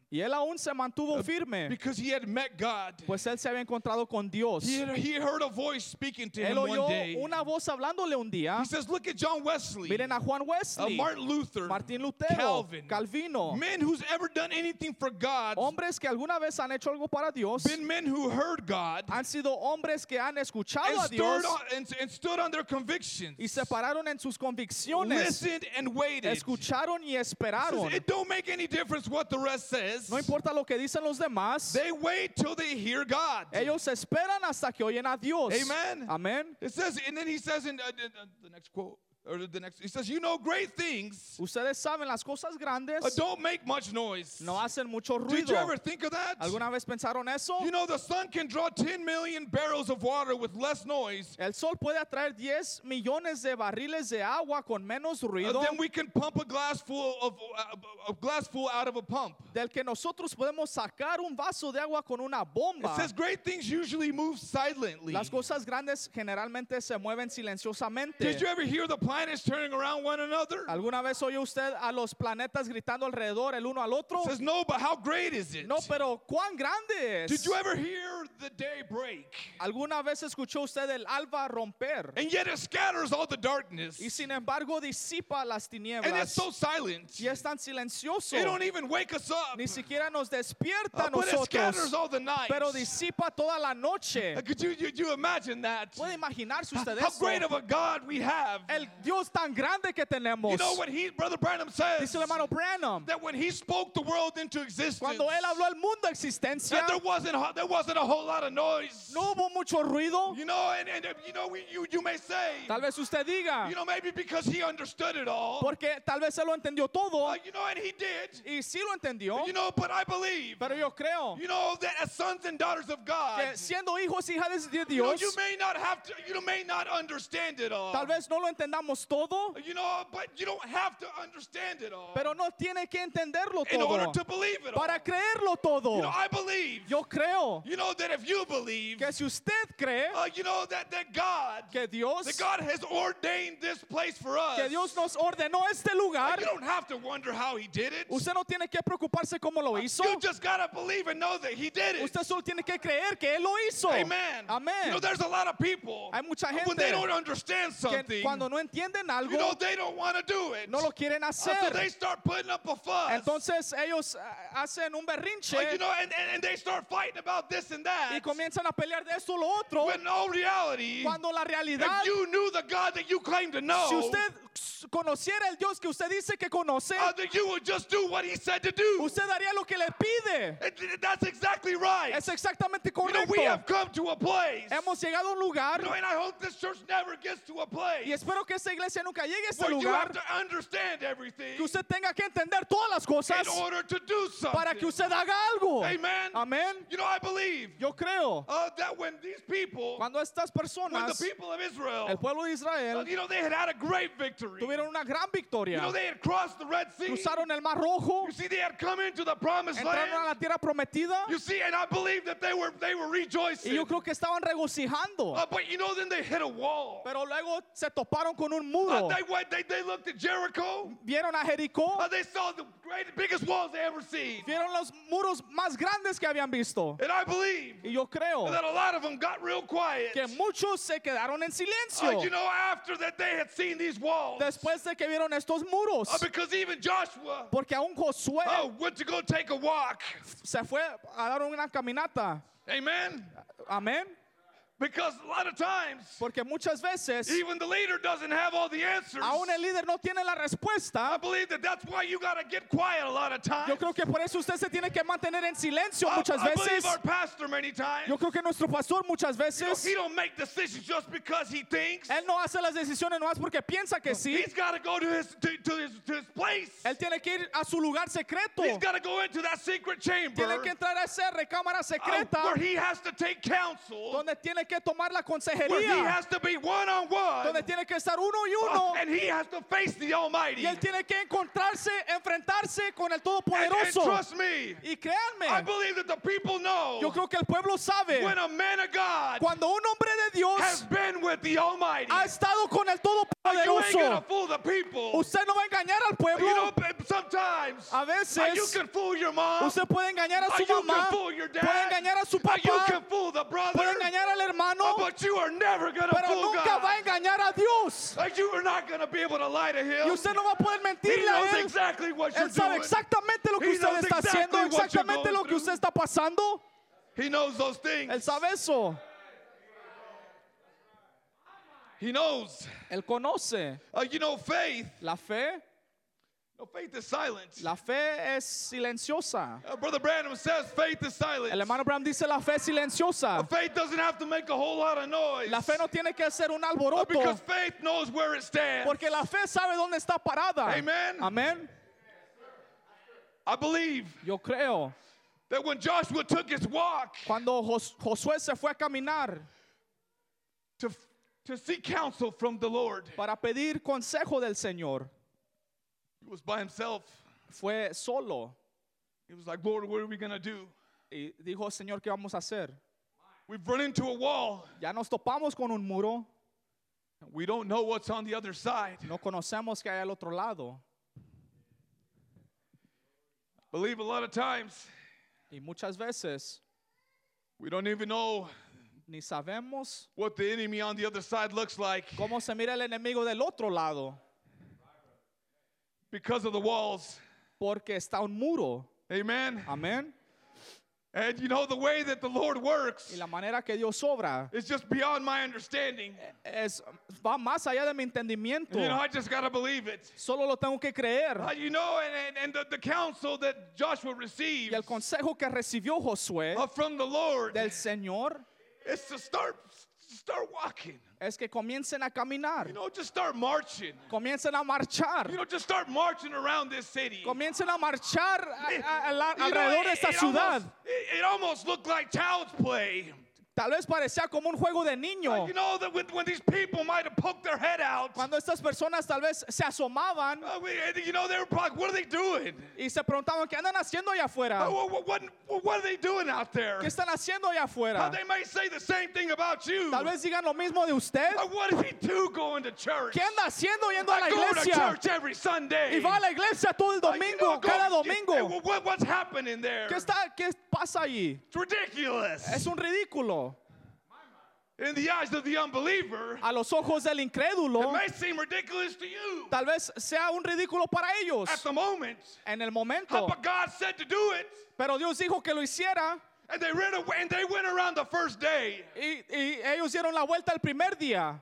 Speaker 5: y él aún se mantuvo firme,
Speaker 6: because he had met God.
Speaker 5: pues él se había encontrado con Dios.
Speaker 6: He, had- he heard a voice speaking to
Speaker 5: Él
Speaker 6: him
Speaker 5: oyó
Speaker 6: one day.
Speaker 5: una voz hablándole un día.
Speaker 6: He says, look at John Wesley,
Speaker 5: Miren a Juan
Speaker 6: uh,
Speaker 5: Wesley,
Speaker 6: Martin Luther,
Speaker 5: Martín Lutero,
Speaker 6: Calvin,
Speaker 5: Calvino,
Speaker 6: men who's ever done anything for God,
Speaker 5: hombres que alguna vez han hecho algo para Dios,
Speaker 6: been men who heard God
Speaker 5: han sido hombres que han escuchado
Speaker 6: and,
Speaker 5: a
Speaker 6: stirred
Speaker 5: Dios
Speaker 6: on, and, and stood on their convictions,
Speaker 5: y se pararon en sus convicciones,
Speaker 6: listened and waited. He
Speaker 5: escucharon y esperaron.
Speaker 6: says, it don't make any difference what the rest says.
Speaker 5: No importa lo que dicen los demás,
Speaker 6: They wait till they hear God.
Speaker 5: ellos esperan hasta que oyen a Dios.
Speaker 6: Amen.
Speaker 5: Amén.
Speaker 6: It says, and then he says in uh, the- the- the next quote, or the next, he says, You know, great things
Speaker 5: Ustedes saben las cosas grandes
Speaker 6: uh, don't make much noise.
Speaker 5: no hacen mucho
Speaker 6: Did
Speaker 5: ruido.
Speaker 6: you ever think of that?
Speaker 5: ¿Alguna vez pensaron eso?
Speaker 6: You know, the sun can draw 10 million barrels of water with less noise
Speaker 5: El sol puede atraer 10 millones de barriles de agua con menos
Speaker 6: uh,
Speaker 5: ruido
Speaker 6: than we can pump a glass full of uh, a glass full out of a pump.
Speaker 5: del que nosotros podemos sacar un vaso de agua con una
Speaker 6: It
Speaker 5: bomba.
Speaker 6: says great things usually move silently.
Speaker 5: Las cosas grandes generalmente se mueven
Speaker 6: Did you
Speaker 5: silenciosamente.
Speaker 6: ever hear the planets turning around one another? It
Speaker 5: ¿Alguna vez oyó usted a los planetas gritando alrededor el uno al otro?
Speaker 6: says no, but how great is it?
Speaker 5: No, pero ¿cuán grande
Speaker 6: Did
Speaker 5: es?
Speaker 6: you ever hear the day break?
Speaker 5: ¿Alguna vez escuchó usted el alba romper?
Speaker 6: And yet it scatters all the darkness.
Speaker 5: Y sin embargo disipa las
Speaker 6: And it's
Speaker 5: tinieblas.
Speaker 6: so silent.
Speaker 5: Y es tan silencioso.
Speaker 6: It don't even wake us up.
Speaker 5: Ni siquiera nos despierta
Speaker 6: Uh,
Speaker 5: a
Speaker 6: but it scatters
Speaker 5: nosotros.
Speaker 6: all the night.
Speaker 5: pero disipa toda la noche.
Speaker 6: Uh, could you, you, you imagine that?
Speaker 5: ¿Puede imaginarse usted
Speaker 6: How
Speaker 5: eso?
Speaker 6: great of a God we have.
Speaker 5: El Dios tan grande que tenemos.
Speaker 6: You know what he, Brother Branham says?
Speaker 5: Dice el hermano Branham,
Speaker 6: That when he spoke the world into existence,
Speaker 5: cuando él habló al mundo a existencia,
Speaker 6: that there wasn't ho- there wasn't a whole lot of noise.
Speaker 5: no hubo mucho ruido.
Speaker 6: You know, and, and uh, you know, we, you you may say,
Speaker 5: Tal vez usted diga,
Speaker 6: you know, maybe because he understood it all.
Speaker 5: porque tal vez él lo entendió todo
Speaker 6: Uh, you know, and he did.
Speaker 5: y sí lo entendió,
Speaker 6: You know, but I believe.
Speaker 5: pero yo creo
Speaker 6: You know that as sons and daughters of God,
Speaker 5: que siendo hijos e hijas de
Speaker 6: you, know,
Speaker 5: Dios,
Speaker 6: you may not have to. You may not understand it all.
Speaker 5: tal vez no lo entendamos todo,
Speaker 6: You know, but you don't have to understand it all
Speaker 5: pero no tiene que entenderlo
Speaker 6: in order
Speaker 5: todo
Speaker 6: to believe it all.
Speaker 5: para creerlo todo.
Speaker 6: you know, I believe.
Speaker 5: Yo creo
Speaker 6: you know that if you believe,
Speaker 5: que si usted cree
Speaker 6: uh, you know that that God,
Speaker 5: que Dios
Speaker 6: that God has ordained this place for us.
Speaker 5: que Dios nos ordenó este
Speaker 6: Uh,
Speaker 5: lugar,
Speaker 6: you don't have to wonder how He did it.
Speaker 5: usted no tiene que preocuparse cómo lo hizo.
Speaker 6: You just gotta believe and know that He did it.
Speaker 5: Usted solo tiene que creer que Él lo hizo.
Speaker 6: Amen. You
Speaker 5: Amén.
Speaker 6: know, there's a lot of people
Speaker 5: Hay mucha
Speaker 6: uh, when they
Speaker 5: gente
Speaker 6: don't understand
Speaker 5: Que
Speaker 6: something,
Speaker 5: cuando no entienden
Speaker 6: you know,
Speaker 5: algo,
Speaker 6: they don't want to do it.
Speaker 5: no lo quieren
Speaker 6: Uh, so they
Speaker 5: hacer.
Speaker 6: start putting up a fuss.
Speaker 5: Entonces ellos ah, hacen un berrinche
Speaker 6: Uh, you know, and, and, and they start fighting about this and
Speaker 5: y
Speaker 6: that.
Speaker 5: comienzan a pelear de esto o lo otro.
Speaker 6: When no reality,
Speaker 5: Cuando la realidad,
Speaker 6: if you knew the God that you claim to know,
Speaker 5: si usted s- conociera el Dios que usted dice que conoce,
Speaker 6: uh, that you would just do what He said to do.
Speaker 5: usted daría lo que le pide.
Speaker 6: And th- that's exactly right.
Speaker 5: Es exactamente
Speaker 6: you know, we have
Speaker 5: correcto.
Speaker 6: come to a place.
Speaker 5: Hemos llegado a un
Speaker 6: you know,
Speaker 5: lugar
Speaker 6: and I hope this church never gets to a place
Speaker 5: y E espero que esta iglesia nunca llegue a este
Speaker 6: where you have
Speaker 5: lugar
Speaker 6: to understand everything
Speaker 5: que usted tenga que entender todas las cosas
Speaker 6: in order to do something.
Speaker 5: para que usted haga algo.
Speaker 6: Amen.
Speaker 5: Amén.
Speaker 6: You know, I believe
Speaker 5: Yo creo
Speaker 6: uh, that when these people,
Speaker 5: cuando estas
Speaker 6: when the
Speaker 5: personas,
Speaker 6: people of Israel,
Speaker 5: el pueblo de
Speaker 6: uh,
Speaker 5: Israel,
Speaker 6: you know, they had had a great victory.
Speaker 5: tuvieron una gran
Speaker 6: you
Speaker 5: victoria.
Speaker 6: know, they had crossed the Red Sea.
Speaker 5: Cruzaron el Mar Rojo,
Speaker 6: You see, they had come into the promised
Speaker 5: entraron a
Speaker 6: land.
Speaker 5: la tierra prometida
Speaker 6: You see, and I believe that they were they were rejoicing.
Speaker 5: y yo creo que estaban regocijando.
Speaker 6: Uh, but you know, then they hit a wall.
Speaker 5: Pero luego se toparon con un
Speaker 6: Uh,
Speaker 5: muro.
Speaker 6: they, went, they they looked at Jericho.
Speaker 5: Vieron a Jericó,
Speaker 6: Uh, they saw the great, biggest walls they ever seen.
Speaker 5: vieron los muros más grandes que habían visto.
Speaker 6: And I believe
Speaker 5: Y yo creo
Speaker 6: that a lot of them got real quiet.
Speaker 5: que muchos se quedaron en
Speaker 6: Uh,
Speaker 5: silencio
Speaker 6: you know, after that, they had seen these walls.
Speaker 5: después de que vieron estos muros.
Speaker 6: Uh, because even Joshua
Speaker 5: Porque aún Josué
Speaker 6: oh, went to go take a walk.
Speaker 5: se fue a dar una caminata.
Speaker 6: Amen.
Speaker 5: Amén.
Speaker 6: Because a lot of times,
Speaker 5: Porque muchas veces,
Speaker 6: even the leader doesn't have all the answers.
Speaker 5: aún el líder no tiene la
Speaker 6: I
Speaker 5: respuesta.
Speaker 6: believe that that's why you got to get quiet a lot of times.
Speaker 5: Yo creo que por eso usted se tiene que mantener en silencio
Speaker 6: Ah, I,
Speaker 5: muchas
Speaker 6: I believe
Speaker 5: veces.
Speaker 6: our pastor many times.
Speaker 5: Yo creo que nuestro pastor muchas
Speaker 6: you know,
Speaker 5: veces,
Speaker 6: he don't make decisions just because he thinks.
Speaker 5: él no hace las decisiones nomás porque piensa que sí.
Speaker 6: He's got to go to his to, to his to his place.
Speaker 5: Él tiene que ir a su lugar secreto.
Speaker 6: He's got to go into that secret chamber
Speaker 5: Tiene que entrar a esa recámara
Speaker 6: uh,
Speaker 5: secreta
Speaker 6: where he has to take counsel,
Speaker 5: donde tiene que tomar la
Speaker 6: where he
Speaker 5: consejería,
Speaker 6: has to Ah, be one on one,
Speaker 5: donde tiene que estar uno y uno.
Speaker 6: and he has to face the Almighty.
Speaker 5: Y él tiene que encontrarse, enfrentarse con el
Speaker 6: and, and
Speaker 5: Todopoderoso.
Speaker 6: trust me,
Speaker 5: Y
Speaker 6: I
Speaker 5: créanme,
Speaker 6: believe that the people know
Speaker 5: yo creo que el pueblo sabe
Speaker 6: when a man of God
Speaker 5: cuando Ah, un hombre de
Speaker 6: has
Speaker 5: Dios
Speaker 6: been with the Almighty, uh,
Speaker 5: ha estado con el
Speaker 6: you ain't gonna
Speaker 5: Todopoderoso,
Speaker 6: fool the people.
Speaker 5: usted no va a engañar al
Speaker 6: You
Speaker 5: pueblo.
Speaker 6: know, but sometimes
Speaker 5: A
Speaker 6: uh, you
Speaker 5: veces
Speaker 6: can fool your mom,
Speaker 5: usted puede engañar a
Speaker 6: uh,
Speaker 5: su
Speaker 6: you can
Speaker 5: mamá,
Speaker 6: fool your dad,
Speaker 5: puede engañar a su
Speaker 6: uh, you can
Speaker 5: papá,
Speaker 6: fool the brother,
Speaker 5: puede engañar al
Speaker 6: uh,
Speaker 5: hermano,
Speaker 6: but you are never gonna
Speaker 5: pero
Speaker 6: fool
Speaker 5: nunca
Speaker 6: God.
Speaker 5: va a engañar a Dios.
Speaker 6: Like you are not going to be able to lie to him.
Speaker 5: Y usted no va a poder
Speaker 6: he
Speaker 5: mentirle
Speaker 6: knows
Speaker 5: a él.
Speaker 6: exactly what you're
Speaker 5: Él sabe
Speaker 6: doing.
Speaker 5: exactamente lo que
Speaker 6: He
Speaker 5: usted
Speaker 6: knows
Speaker 5: está
Speaker 6: exactly
Speaker 5: haciendo,
Speaker 6: what you're
Speaker 5: exactamente
Speaker 6: going
Speaker 5: lo que
Speaker 6: through.
Speaker 5: usted está pasando.
Speaker 6: He knows those things.
Speaker 5: Él sabe eso.
Speaker 6: He knows.
Speaker 5: Él conoce
Speaker 6: Uh, you know, faith.
Speaker 5: la fe.
Speaker 6: No, faith is silent.
Speaker 5: La fe es silenciosa.
Speaker 6: Uh, Brother Branham says faith is silent.
Speaker 5: El hermano Bram dice la fe es
Speaker 6: Uh,
Speaker 5: silenciosa.
Speaker 6: faith doesn't have to make a whole lot of noise.
Speaker 5: La fe no tiene que hacer un
Speaker 6: Uh,
Speaker 5: alboroto
Speaker 6: because faith knows where it stands.
Speaker 5: porque la fe sabe dónde está parada.
Speaker 6: Amen.
Speaker 5: Amén.
Speaker 6: I believe
Speaker 5: Yo creo.
Speaker 6: that when Joshua took his walk
Speaker 5: Cuando Jos- Josué se fue a caminar
Speaker 6: to, to seek counsel from the Lord,
Speaker 5: para pedir consejo del Señor,
Speaker 6: he was by himself.
Speaker 5: fue solo
Speaker 6: He was like, Lord, what are we going to do?
Speaker 5: y dijo, Señor, ¿qué vamos a hacer?
Speaker 6: We've run into a wall.
Speaker 5: Ya nos topamos con un muro,
Speaker 6: We don't know what's on the other side.
Speaker 5: no conocemos que hay al otro lado.
Speaker 6: Believe a lot of times
Speaker 5: Y muchas veces
Speaker 6: we don't even know
Speaker 5: ni sabemos
Speaker 6: what the enemy on the other side looks like
Speaker 5: cómo se mira el enemigo del otro lado,
Speaker 6: because of the walls.
Speaker 5: porque está un muro.
Speaker 6: Amen.
Speaker 5: Amén.
Speaker 6: And you know the way that the Lord
Speaker 5: Y
Speaker 6: works
Speaker 5: la manera que Dios obra
Speaker 6: is just beyond my understanding.
Speaker 5: es, va más allá de mi entendimiento.
Speaker 6: You know, I just gotta believe it.
Speaker 5: Solo lo tengo que creer.
Speaker 6: Uh, you know, and, and, and the, the counsel that Joshua received
Speaker 5: Y el consejo que recibió Josué
Speaker 6: uh, from the Lord
Speaker 5: del Señor
Speaker 6: is to start start walking.
Speaker 5: es que comiencen a caminar,
Speaker 6: You know, just start marching.
Speaker 5: comiencen a marchar,
Speaker 6: You know, just start marching around this city.
Speaker 5: comiencen a marchar a- a- a la-
Speaker 6: You know,
Speaker 5: alrededor de
Speaker 6: it-
Speaker 5: esta
Speaker 6: it almost-
Speaker 5: ciudad.
Speaker 6: it- it almost looked like child's play.
Speaker 5: Tal vez parecía como un juego de niño.
Speaker 6: You know that when, when these people might have poked their head out,
Speaker 5: Cuando estas personas tal vez se asomaban
Speaker 6: uh, we- and, you know they were probably, what are they doing?
Speaker 5: y se preguntaban, ¿qué andan haciendo allá afuera?
Speaker 6: Uh, What, what, what- what are they doing out there?
Speaker 5: ¿Qué están haciendo allá
Speaker 6: Uh,
Speaker 5: afuera?
Speaker 6: they may say the same thing about you.
Speaker 5: Tal vez digan lo mismo de usted.
Speaker 6: Uh, what does he do going to church?
Speaker 5: ¿Qué anda haciendo yendo a la
Speaker 6: I go to
Speaker 5: iglesia?
Speaker 6: church every Sunday.
Speaker 5: Y va a la iglesia todo el
Speaker 6: Like, you know,
Speaker 5: domingo,
Speaker 6: go-
Speaker 5: cada
Speaker 6: Hey,
Speaker 5: domingo.
Speaker 6: well, what- what's happening there?
Speaker 5: ¿Qué, está, ¿Qué pasa allí?
Speaker 6: It's ridiculous.
Speaker 5: Es un ridículo.
Speaker 6: In the eyes of the unbeliever,
Speaker 5: A los ojos del
Speaker 6: it
Speaker 5: incrédulo,
Speaker 6: may seem ridiculous to you
Speaker 5: tal vez sea un ridículo para ellos
Speaker 6: at the moment,
Speaker 5: en el momento.
Speaker 6: but God said to do it,
Speaker 5: Pero Dios dijo que lo hiciera
Speaker 6: and they ran away, and they went around the first day,
Speaker 5: y, y ellos dieron la vuelta el primer día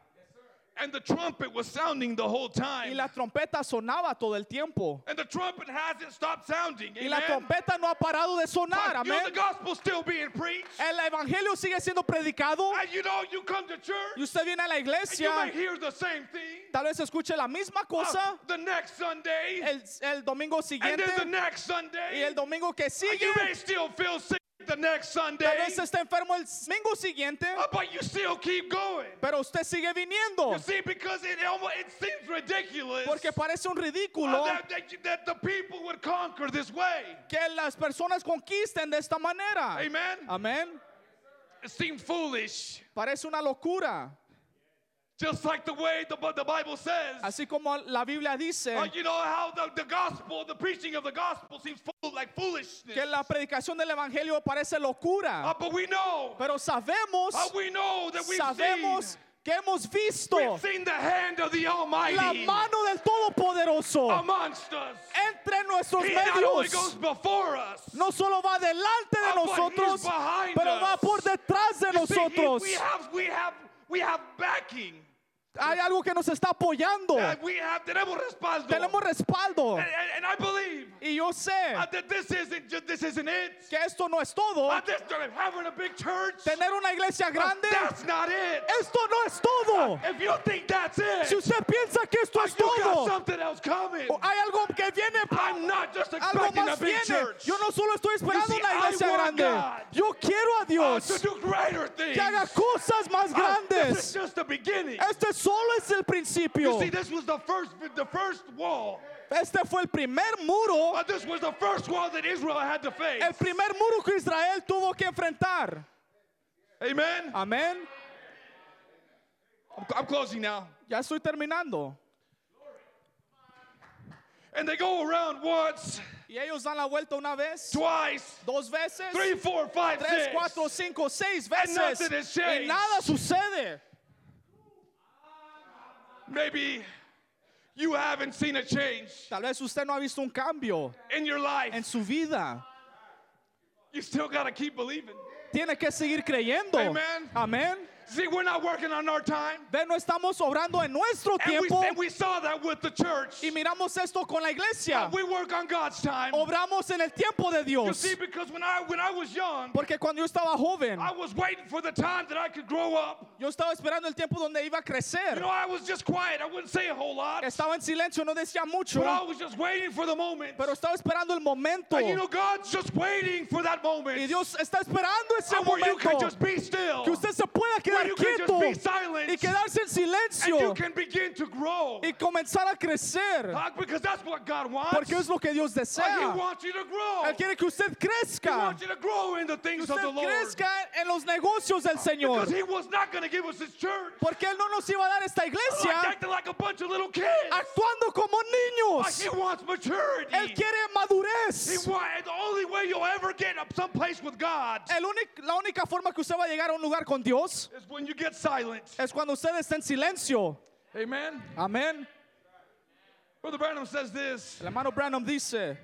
Speaker 6: and the trumpet was sounding the whole
Speaker 5: y
Speaker 6: time.
Speaker 5: la trompeta sonaba todo el tiempo.
Speaker 6: And the trumpet hasn't stopped sounding.
Speaker 5: Y la
Speaker 6: amen?
Speaker 5: trompeta no ha parado de sonar,
Speaker 6: You know,
Speaker 5: amén.
Speaker 6: the gospel's still being preached.
Speaker 5: El evangelio sigue siendo predicado
Speaker 6: And you know, you come to church,
Speaker 5: y usted viene a la
Speaker 6: and you
Speaker 5: iglesia,
Speaker 6: may hear the same thing
Speaker 5: tal vez escuche la misma cosa
Speaker 6: uh, the next Sunday,
Speaker 5: el, el domingo
Speaker 6: and
Speaker 5: siguiente
Speaker 6: then the next
Speaker 5: y
Speaker 6: Sunday.
Speaker 5: el domingo que
Speaker 6: And you may
Speaker 5: sigue.
Speaker 6: still feel sick the next
Speaker 5: Tal
Speaker 6: Sunday,
Speaker 5: vez está enfermo el domingo siguiente,
Speaker 6: uh, but you still keep going.
Speaker 5: pero usted sigue viniendo
Speaker 6: You see, because it almost it seems ridiculous
Speaker 5: porque parece un
Speaker 6: uh,
Speaker 5: ridículo
Speaker 6: that, that, you- that the people would conquer this way.
Speaker 5: que las personas conquisten de esta manera.
Speaker 6: Amen.
Speaker 5: Amén.
Speaker 6: It seemed foolish,
Speaker 5: Parece una locura.
Speaker 6: just like the way the, the Bible says.
Speaker 5: Así como la Biblia dice
Speaker 6: Uh, you know how the, the gospel, the preaching of the gospel seems fool, like foolishness.
Speaker 5: que la predicación del evangelio parece locura,
Speaker 6: Uh, but we know,
Speaker 5: pero sabemos,
Speaker 6: uh, we know that we've
Speaker 5: sabemos
Speaker 6: seen,
Speaker 5: que hemos visto
Speaker 6: we've seen the hand of the Almighty
Speaker 5: la mano del Todopoderoso
Speaker 6: amongst us.
Speaker 5: entre nuestros
Speaker 6: He not only goes
Speaker 5: medios.
Speaker 6: before us,
Speaker 5: No solo va delante
Speaker 6: Ah,
Speaker 5: de
Speaker 6: but he's
Speaker 5: nosotros,
Speaker 6: behind
Speaker 5: pero
Speaker 6: us.
Speaker 5: va por detrás de
Speaker 6: You see, he-
Speaker 5: nosotros.
Speaker 6: we have, we have, we have backing.
Speaker 5: Hay algo que nos está apoyando.
Speaker 6: Uh, we have, tenemos respaldo.
Speaker 5: Tenemos respaldo.
Speaker 6: and, and- and I believe
Speaker 5: Y yo sé
Speaker 6: uh, that this isn't ju- this isn't it.
Speaker 5: que esto no es todo.
Speaker 6: Uh, this, having a big church,
Speaker 5: Tener una iglesia
Speaker 6: uh,
Speaker 5: grande,
Speaker 6: that's not it.
Speaker 5: esto no es todo.
Speaker 6: If you think that's it,
Speaker 5: Si usted piensa que esto es
Speaker 6: you got
Speaker 5: todo,
Speaker 6: something else coming.
Speaker 5: o hay algo que viene,
Speaker 6: I'm not just
Speaker 5: algo
Speaker 6: expecting a
Speaker 5: más
Speaker 6: big
Speaker 5: viene.
Speaker 6: church.
Speaker 5: Yo no solo estoy esperando
Speaker 6: see,
Speaker 5: una
Speaker 6: I
Speaker 5: iglesia
Speaker 6: want
Speaker 5: grande,
Speaker 6: God.
Speaker 5: yo quiero a
Speaker 6: Uh, to
Speaker 5: Dios
Speaker 6: do greater things.
Speaker 5: que haga cosas más
Speaker 6: Uh, this is
Speaker 5: grandes.
Speaker 6: just the beginning.
Speaker 5: Este solo es el principio.
Speaker 6: You see, this was the first, the first wall.
Speaker 5: Este fue el primer muro,
Speaker 6: Uh, this was the first wall that Israel had to face.
Speaker 5: el primer muro que Israel tuvo que enfrentar.
Speaker 6: Amen.
Speaker 5: Amén.
Speaker 6: I'm, I'm closing now.
Speaker 5: Ya estoy terminando.
Speaker 6: And they go around once,
Speaker 5: Y ellos dan la vuelta una vez,
Speaker 6: twice,
Speaker 5: dos veces,
Speaker 6: three, four, five,
Speaker 5: tres,
Speaker 6: six.
Speaker 5: cuatro, cinco, seis
Speaker 6: nothing has
Speaker 5: veces. Y
Speaker 6: changed.
Speaker 5: nada sucede.
Speaker 6: Maybe you haven't seen a change
Speaker 5: Tal vez usted no ha visto un cambio
Speaker 6: in your life.
Speaker 5: en su vida.
Speaker 6: you still got to keep believing.
Speaker 5: Tiene que seguir creyendo.
Speaker 6: Amen.
Speaker 5: Amén.
Speaker 6: See, we're not working on our time.
Speaker 5: Ve, no estamos obrando en nuestro
Speaker 6: And we,
Speaker 5: tiempo.
Speaker 6: and we saw that with the church.
Speaker 5: Y miramos esto con la iglesia.
Speaker 6: We work on God's time.
Speaker 5: Obramos en el tiempo de
Speaker 6: You
Speaker 5: Dios.
Speaker 6: see, because when I when I was young,
Speaker 5: Porque cuando yo estaba joven,
Speaker 6: I was waiting for the time that I could grow up.
Speaker 5: yo estaba esperando el tiempo donde iba a
Speaker 6: You
Speaker 5: crecer.
Speaker 6: know, I was just quiet. I wouldn't say a whole lot.
Speaker 5: Estaba en silencio, no decía mucho,
Speaker 6: But I was just waiting for the moment.
Speaker 5: pero estaba esperando el momento.
Speaker 6: And you know, God's just waiting for that
Speaker 5: Y
Speaker 6: moment.
Speaker 5: Dios está esperando ese
Speaker 6: uh, where you can
Speaker 5: momento
Speaker 6: just be still.
Speaker 5: que usted se pueda
Speaker 6: Where
Speaker 5: quedar
Speaker 6: you can
Speaker 5: quieto
Speaker 6: just be silent.
Speaker 5: y quedarse en
Speaker 6: and you
Speaker 5: silencio
Speaker 6: can begin to grow.
Speaker 5: y comenzar a crecer.
Speaker 6: Uh, because that's what God wants.
Speaker 5: Porque es lo que Dios
Speaker 6: Uh, he
Speaker 5: desea.
Speaker 6: wants you to grow.
Speaker 5: Él quiere que usted
Speaker 6: He
Speaker 5: crezca.
Speaker 6: wants you to grow in the
Speaker 5: Que
Speaker 6: things of
Speaker 5: usted
Speaker 6: the Lord.
Speaker 5: crezca en los negocios del Señor.
Speaker 6: Because He was not going to give us His church.
Speaker 5: Porque Él no nos iba a dar esta
Speaker 6: Like
Speaker 5: iglesia
Speaker 6: acting like a bunch of little kids.
Speaker 5: actuando como
Speaker 6: Like,
Speaker 5: niños.
Speaker 6: he wants maturity.
Speaker 5: Él quiere
Speaker 6: He
Speaker 5: madurez.
Speaker 6: wa- and the only way you'll ever get up someplace with God
Speaker 5: El únic- la única forma que usted va a llegar a un lugar con Dios
Speaker 6: is when you get silent.
Speaker 5: es cuando usted está en silencio.
Speaker 6: Amen.
Speaker 5: Amén.
Speaker 6: Brother Branham says this.
Speaker 5: El hermano Branham dice,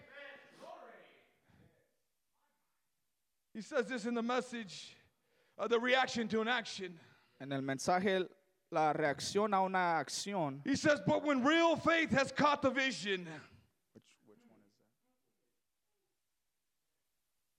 Speaker 6: He says this in the message uh, the reaction to an action.
Speaker 5: en el mensaje la reacción a una acción.
Speaker 6: He says, But when real faith has caught the vision,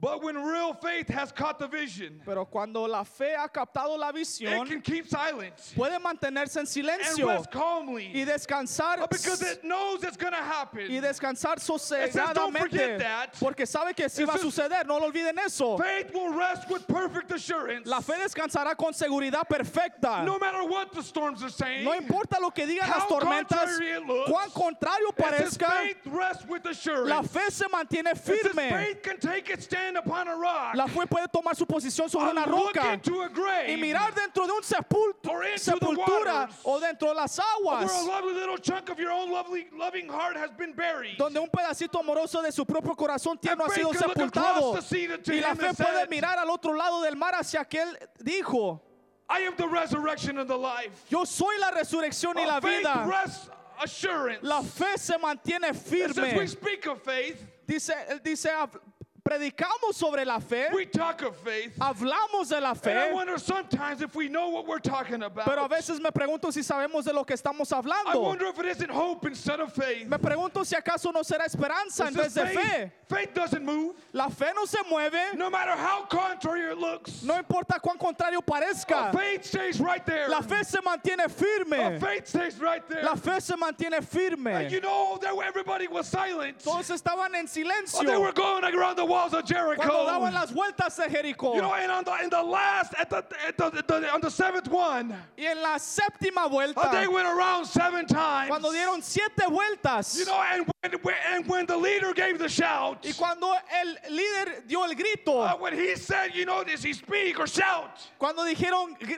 Speaker 6: But when real faith has caught the vision,
Speaker 5: Pero cuando la fe ha captado la
Speaker 6: it
Speaker 5: visión,
Speaker 6: can keep silent
Speaker 5: puede mantenerse en
Speaker 6: and
Speaker 5: silencio y
Speaker 6: rest calmly
Speaker 5: descansar
Speaker 6: uh, because it knows it's going to
Speaker 5: y
Speaker 6: happen.
Speaker 5: descansar
Speaker 6: forget
Speaker 5: sosegadamente
Speaker 6: that.
Speaker 5: porque sabe que sí
Speaker 6: It
Speaker 5: va a
Speaker 6: says-
Speaker 5: suceder, no lo olviden eso.
Speaker 6: Faith will rest with perfect assurance.
Speaker 5: La fe descansará con seguridad perfecta.
Speaker 6: No matter what the storms are saying,
Speaker 5: No importa lo que digan las
Speaker 6: How
Speaker 5: tormentas,
Speaker 6: contrary it looks,
Speaker 5: cuán contrario
Speaker 6: it says
Speaker 5: parezca,
Speaker 6: faith rests with assurance.
Speaker 5: la fe se mantiene
Speaker 6: It says
Speaker 5: firme.
Speaker 6: faith can take its stand upon a rock,
Speaker 5: La fe puede tomar su posición sobre
Speaker 6: and
Speaker 5: una
Speaker 6: look
Speaker 5: roca
Speaker 6: into a grave,
Speaker 5: y mirar dentro de un sepulto,
Speaker 6: or into the
Speaker 5: sepultura
Speaker 6: waters,
Speaker 5: o dentro de las
Speaker 6: where a
Speaker 5: aguas
Speaker 6: lovely little chunk of your own lovely, loving heart has been buried.
Speaker 5: donde un pedacito amoroso de su propio corazón tierno ha
Speaker 6: faith
Speaker 5: sido
Speaker 6: can look across
Speaker 5: sepultado
Speaker 6: the sea to
Speaker 5: y la
Speaker 6: him
Speaker 5: fe
Speaker 6: that
Speaker 5: puede
Speaker 6: said,
Speaker 5: mirar al otro lado del mar hacia aquel dijo
Speaker 6: I am the resurrection and the life.
Speaker 5: yo soy la resurrección y
Speaker 6: Uh,
Speaker 5: la
Speaker 6: faith
Speaker 5: vida
Speaker 6: rests assurance.
Speaker 5: la fe se mantiene
Speaker 6: And since we
Speaker 5: firme
Speaker 6: speak of faith,
Speaker 5: dice él dice "Hab- predicamos sobre la fe
Speaker 6: we talk of faith.
Speaker 5: hablamos de la
Speaker 6: And I
Speaker 5: fe
Speaker 6: wonder sometimes if we know what we're talking about.
Speaker 5: pero a veces me pregunto si sabemos de lo que estamos
Speaker 6: I
Speaker 5: hablando
Speaker 6: wonder if it isn't hope instead of faith.
Speaker 5: me pregunto si acaso no será esperanza en
Speaker 6: It
Speaker 5: vez
Speaker 6: says
Speaker 5: de
Speaker 6: faith,
Speaker 5: fe
Speaker 6: faith doesn't move,
Speaker 5: la fe no se mueve
Speaker 6: no matter how contrary it looks.
Speaker 5: no importa cuán contrario
Speaker 6: Uh,
Speaker 5: parezca
Speaker 6: faith stays right there.
Speaker 5: Ah. La fe se mantiene
Speaker 6: Uh,
Speaker 5: firme.
Speaker 6: faith stays right there.
Speaker 5: La fe se mantiene
Speaker 6: And
Speaker 5: firme.
Speaker 6: you know, there everybody was silent.
Speaker 5: Todos estaban en
Speaker 6: Oh, they were
Speaker 5: silencio
Speaker 6: going around the walls of
Speaker 5: cuando
Speaker 6: Jericho.
Speaker 5: daban las vueltas de Jericó.
Speaker 6: You know, and on the, in the last, at the, at the, at the- on the seventh one,
Speaker 5: Y en la séptima
Speaker 6: uh,
Speaker 5: vuelta,
Speaker 6: they went around seven times.
Speaker 5: cuando dieron siete vueltas
Speaker 6: you know, and when, when, and when the leader gave the shout,
Speaker 5: y cuando el líder dio el
Speaker 6: uh,
Speaker 5: grito,
Speaker 6: when he said, you know, does he speak or shout?
Speaker 5: cuando dijeron, "Gr-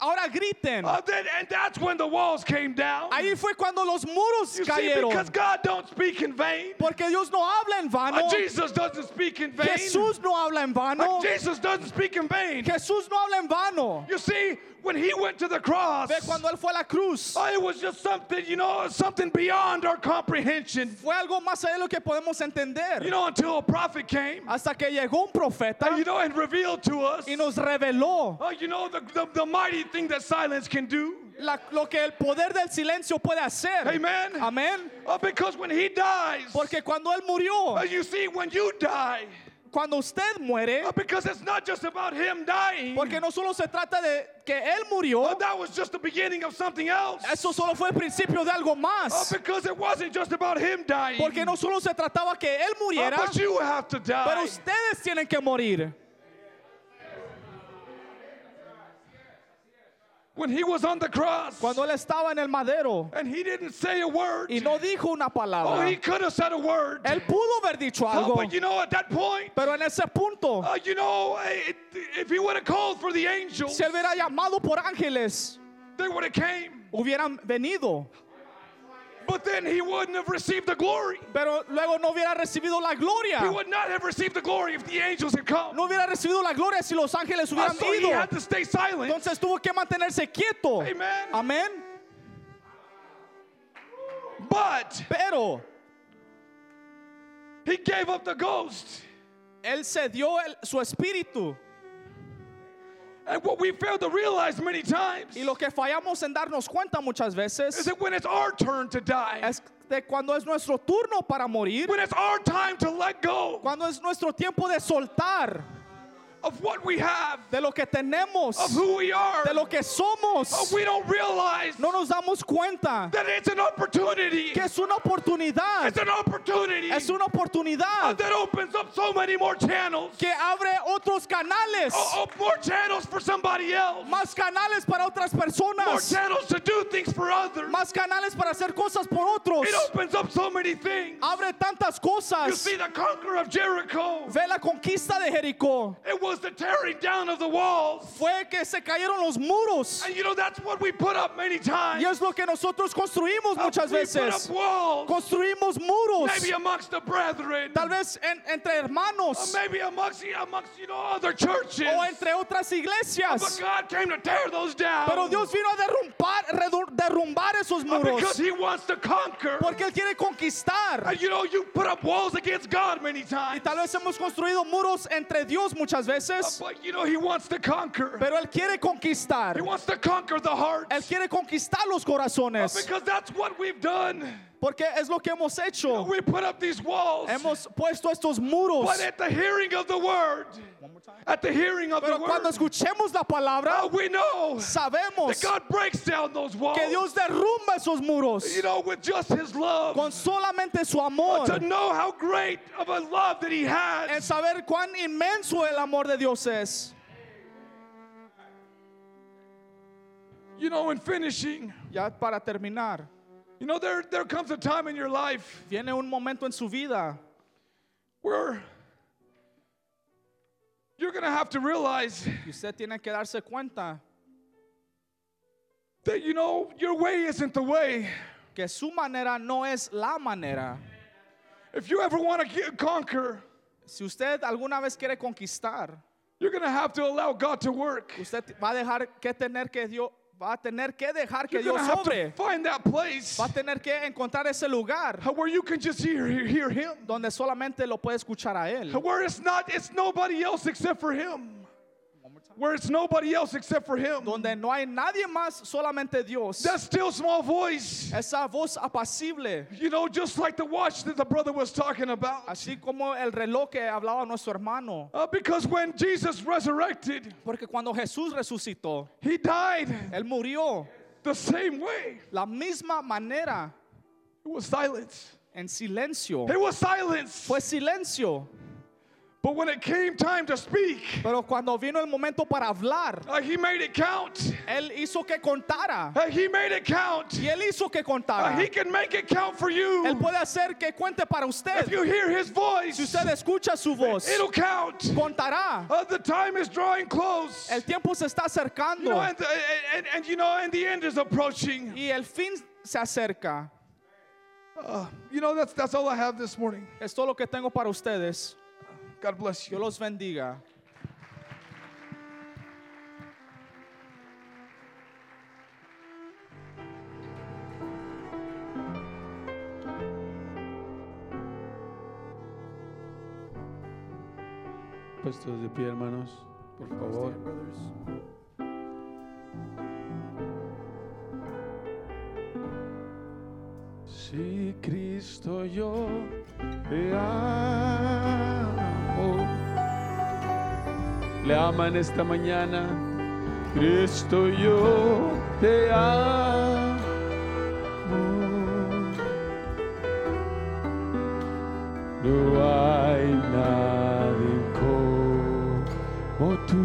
Speaker 5: ahora griten,
Speaker 6: Uh, then, and that's when the walls came down.
Speaker 5: ahí fue cuando los muros
Speaker 6: You see,
Speaker 5: cayeron.
Speaker 6: because God don't speak in vain.
Speaker 5: Porque Dios no habla en vano.
Speaker 6: Uh, Jesus doesn't speak in vain.
Speaker 5: Jesús no habla en
Speaker 6: Uh,
Speaker 5: vano.
Speaker 6: Jesus doesn't speak in vain.
Speaker 5: Jesús no habla en vano.
Speaker 6: You see, when he went to the cross,
Speaker 5: Ve cuando Él fue a la cruz.
Speaker 6: uh, it was just something, you know, something beyond our comprehension.
Speaker 5: Fue algo más allá de lo que podemos entender.
Speaker 6: You know, until a prophet came,
Speaker 5: Hasta que llegó un profeta
Speaker 6: uh, you know, and revealed to us,
Speaker 5: y nos reveló
Speaker 6: uh, you know, the, the, the mighty thing that silence can do.
Speaker 5: la- lo que el poder del silencio puede hacer.
Speaker 6: Amen.
Speaker 5: Amén.
Speaker 6: Uh, because when he dies,
Speaker 5: Porque cuando Él murió,
Speaker 6: uh, you see, when you die,
Speaker 5: cuando usted muere,
Speaker 6: uh, because it's not just about him dying.
Speaker 5: porque no solo se trata de que Él
Speaker 6: Uh,
Speaker 5: murió,
Speaker 6: that was just the beginning of something else.
Speaker 5: eso solo fue el principio de algo
Speaker 6: Uh,
Speaker 5: más.
Speaker 6: because it wasn't just about him dying.
Speaker 5: Porque no solo se trataba que Él
Speaker 6: Uh,
Speaker 5: muriera,
Speaker 6: but you have to die.
Speaker 5: pero ustedes tienen que morir.
Speaker 6: when he was on the cross
Speaker 5: Cuando Él estaba en el madero
Speaker 6: and he didn't say a word,
Speaker 5: y no dijo pues, una
Speaker 6: oh,
Speaker 5: palabra,
Speaker 6: he could have said a word.
Speaker 5: Él pudo haber dicho
Speaker 6: Oh,
Speaker 5: algo,
Speaker 6: but you know, at that point,
Speaker 5: pero en ese punto,
Speaker 6: uh, you know, it, if he would have called for the angels,
Speaker 5: si Él hubiera llamado por ángeles,
Speaker 6: they would have came.
Speaker 5: hubieran venido.
Speaker 6: But then he wouldn't have received the glory.
Speaker 5: pero luego no hubiera recibido la gloria.
Speaker 6: He would not have received the glory if the angels had come.
Speaker 5: No hubiera recibido la gloria si los ángeles
Speaker 6: Uh,
Speaker 5: hubieran
Speaker 6: so he
Speaker 5: ido.
Speaker 6: had to stay silent.
Speaker 5: Entonces tuvo que mantenerse quieto.
Speaker 6: Amen.
Speaker 5: Amén.
Speaker 6: But
Speaker 5: Pero
Speaker 6: he gave up the ghost.
Speaker 5: él se dio el- su espíritu.
Speaker 6: And what we fail to realize many times
Speaker 5: Y lo que fallamos en darnos cuenta muchas
Speaker 6: is
Speaker 5: veces
Speaker 6: that when it's our turn to die,
Speaker 5: es de cuando es nuestro turno para morir,
Speaker 6: when it's our time to let go
Speaker 5: cuando es nuestro tiempo de soltar
Speaker 6: of what we have,
Speaker 5: de lo que tenemos,
Speaker 6: of who we are,
Speaker 5: de lo que
Speaker 6: uh,
Speaker 5: somos.
Speaker 6: we don't realize
Speaker 5: No nos damos cuenta
Speaker 6: that it's an opportunity.
Speaker 5: que es una oportunidad.
Speaker 6: It's an opportunity
Speaker 5: Es una
Speaker 6: uh,
Speaker 5: oportunidad
Speaker 6: that opens up so many more channels.
Speaker 5: que abre otros canales.
Speaker 6: Oh, oh, more channels for somebody else.
Speaker 5: más canales para otras
Speaker 6: More
Speaker 5: personas,
Speaker 6: channels to do things for others.
Speaker 5: más canales para hacer cosas por otros.
Speaker 6: It opens up so many things.
Speaker 5: Abre tantas
Speaker 6: You
Speaker 5: cosas.
Speaker 6: see, the conqueror of Jericho,
Speaker 5: Ve la conquista de Jericó.
Speaker 6: it was the tearing down of the walls.
Speaker 5: Fue que se cayeron los muros.
Speaker 6: And you know, that's what we put up many times.
Speaker 5: Y es lo que nosotros construimos
Speaker 6: Uh,
Speaker 5: muchas
Speaker 6: we put up
Speaker 5: veces.
Speaker 6: walls.
Speaker 5: Construimos muros.
Speaker 6: maybe amongst the brethren,
Speaker 5: Tal vez en- entre
Speaker 6: or
Speaker 5: hermanos
Speaker 6: maybe amongst amongst you know other churches.
Speaker 5: o entre otras
Speaker 6: but
Speaker 5: iglesias.
Speaker 6: God came to tear those down.
Speaker 5: Pero Dios vino a derrumbar, redu- derrumbar esos
Speaker 6: Uh,
Speaker 5: muros.
Speaker 6: because He wants to conquer.
Speaker 5: Porque Él quiere conquistar.
Speaker 6: And you know, you put up walls against God many
Speaker 5: Y
Speaker 6: times.
Speaker 5: tal vez hemos construido muros entre Dios muchas
Speaker 6: Uh,
Speaker 5: veces.
Speaker 6: but you know, He wants to conquer.
Speaker 5: Pero Él quiere conquistar.
Speaker 6: he wants to conquer the heart. Ah,
Speaker 5: Él quiere conquistar los corazones.
Speaker 6: because that's what we've done.
Speaker 5: Porque es lo que hemos hecho.
Speaker 6: We put up these walls,
Speaker 5: Oh. Hemos puesto estos muros.
Speaker 6: but at the hearing of the word, at the hearing of the
Speaker 5: Pero cuando
Speaker 6: word,
Speaker 5: escuchemos la palabra,
Speaker 6: now we know
Speaker 5: sabemos
Speaker 6: that God breaks down those walls.
Speaker 5: que Dios derrumba esos muros
Speaker 6: You know, with just His love,
Speaker 5: con solamente su
Speaker 6: to
Speaker 5: amor.
Speaker 6: know how great of a love that He
Speaker 5: El
Speaker 6: has.
Speaker 5: saber cuán inmenso el amor de Dios es.
Speaker 6: You know, in finishing,
Speaker 5: Ya para terminar,
Speaker 6: you know, there there comes a time in your life
Speaker 5: viene un momento en su vida
Speaker 6: where you're gonna have to realize
Speaker 5: y usted tiene que darse cuenta
Speaker 6: that you know your way isn't the way.
Speaker 5: que su manera no es la manera.
Speaker 6: If you ever want to conquer,
Speaker 5: Si usted alguna vez quiere conquistar,
Speaker 6: you're gonna have to allow God to work.
Speaker 5: usted va a dejar que tener que Dios va a tener que dejar que
Speaker 6: You're
Speaker 5: Dios
Speaker 6: gonna have to
Speaker 5: sobre.
Speaker 6: find that place
Speaker 5: Va a tener que encontrar ese lugar
Speaker 6: where you can just hear hear Him,
Speaker 5: donde solamente lo puede escuchar a él.
Speaker 6: where it's not it's nobody else except for Him, where it's nobody else except for Him.
Speaker 5: donde no hay nadie más, solamente Dios.
Speaker 6: That still small voice.
Speaker 5: Esa voz apacible,
Speaker 6: You know, just like the watch that the brother was talking about.
Speaker 5: así como el reloj que hablaba nuestro hermano.
Speaker 6: Uh, because when Jesus resurrected,
Speaker 5: Porque cuando Jesús resucitó,
Speaker 6: he died
Speaker 5: él murió
Speaker 6: the same way.
Speaker 5: la misma manera,
Speaker 6: It was silence.
Speaker 5: en silencio.
Speaker 6: It was silence.
Speaker 5: Fue silencio,
Speaker 6: But when it came time to speak,
Speaker 5: pero cuando vino el momento para hablar,
Speaker 6: uh, he made it count.
Speaker 5: él hizo que contara.
Speaker 6: Uh, he made it count.
Speaker 5: Y él hizo que
Speaker 6: Uh,
Speaker 5: contara.
Speaker 6: he can make it count for
Speaker 5: Él
Speaker 6: you.
Speaker 5: puede hacer que cuente para usted.
Speaker 6: If you hear his
Speaker 5: Si
Speaker 6: voice,
Speaker 5: usted escucha su voz,
Speaker 6: it'll count.
Speaker 5: contará.
Speaker 6: Uh, the time is drawing close.
Speaker 5: El tiempo se está
Speaker 6: You know,
Speaker 5: acercando
Speaker 6: and, and, and, and you know, and the end is approaching.
Speaker 5: y el fin se acerca.
Speaker 6: Uh, you know, that's, that's all I have this morning.
Speaker 5: Es todo lo que tengo para ustedes.
Speaker 6: God bless
Speaker 5: Dios
Speaker 6: you.
Speaker 5: los bendiga.
Speaker 2: Puestos de pie, hermanos, por favor. Si Cristo yo te amo, le aman esta mañana. Cristo yo te amo. No hay nadie como tú.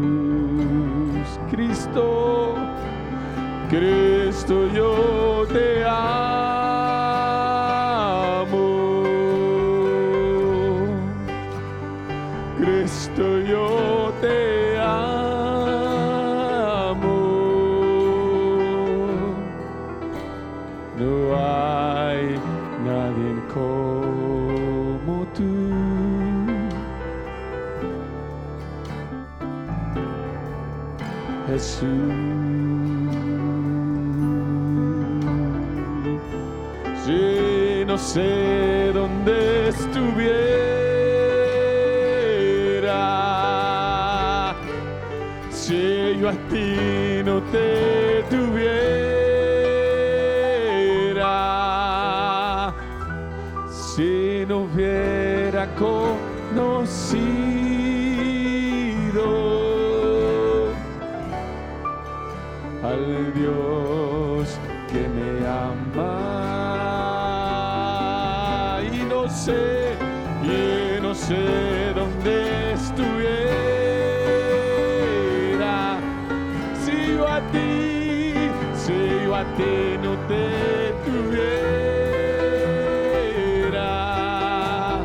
Speaker 2: Jesús, Cristo, Cristo, yo te amo. Cristo, yo te amo. No hay nadie como tú. Jesús. Si no sé dónde estuviera, si yo a ti no te tuviera, si no hubiera conocido al Dios que me ama. Y no sé, y no sé dónde estuviera. Si yo a ti, si yo a ti no te tuviera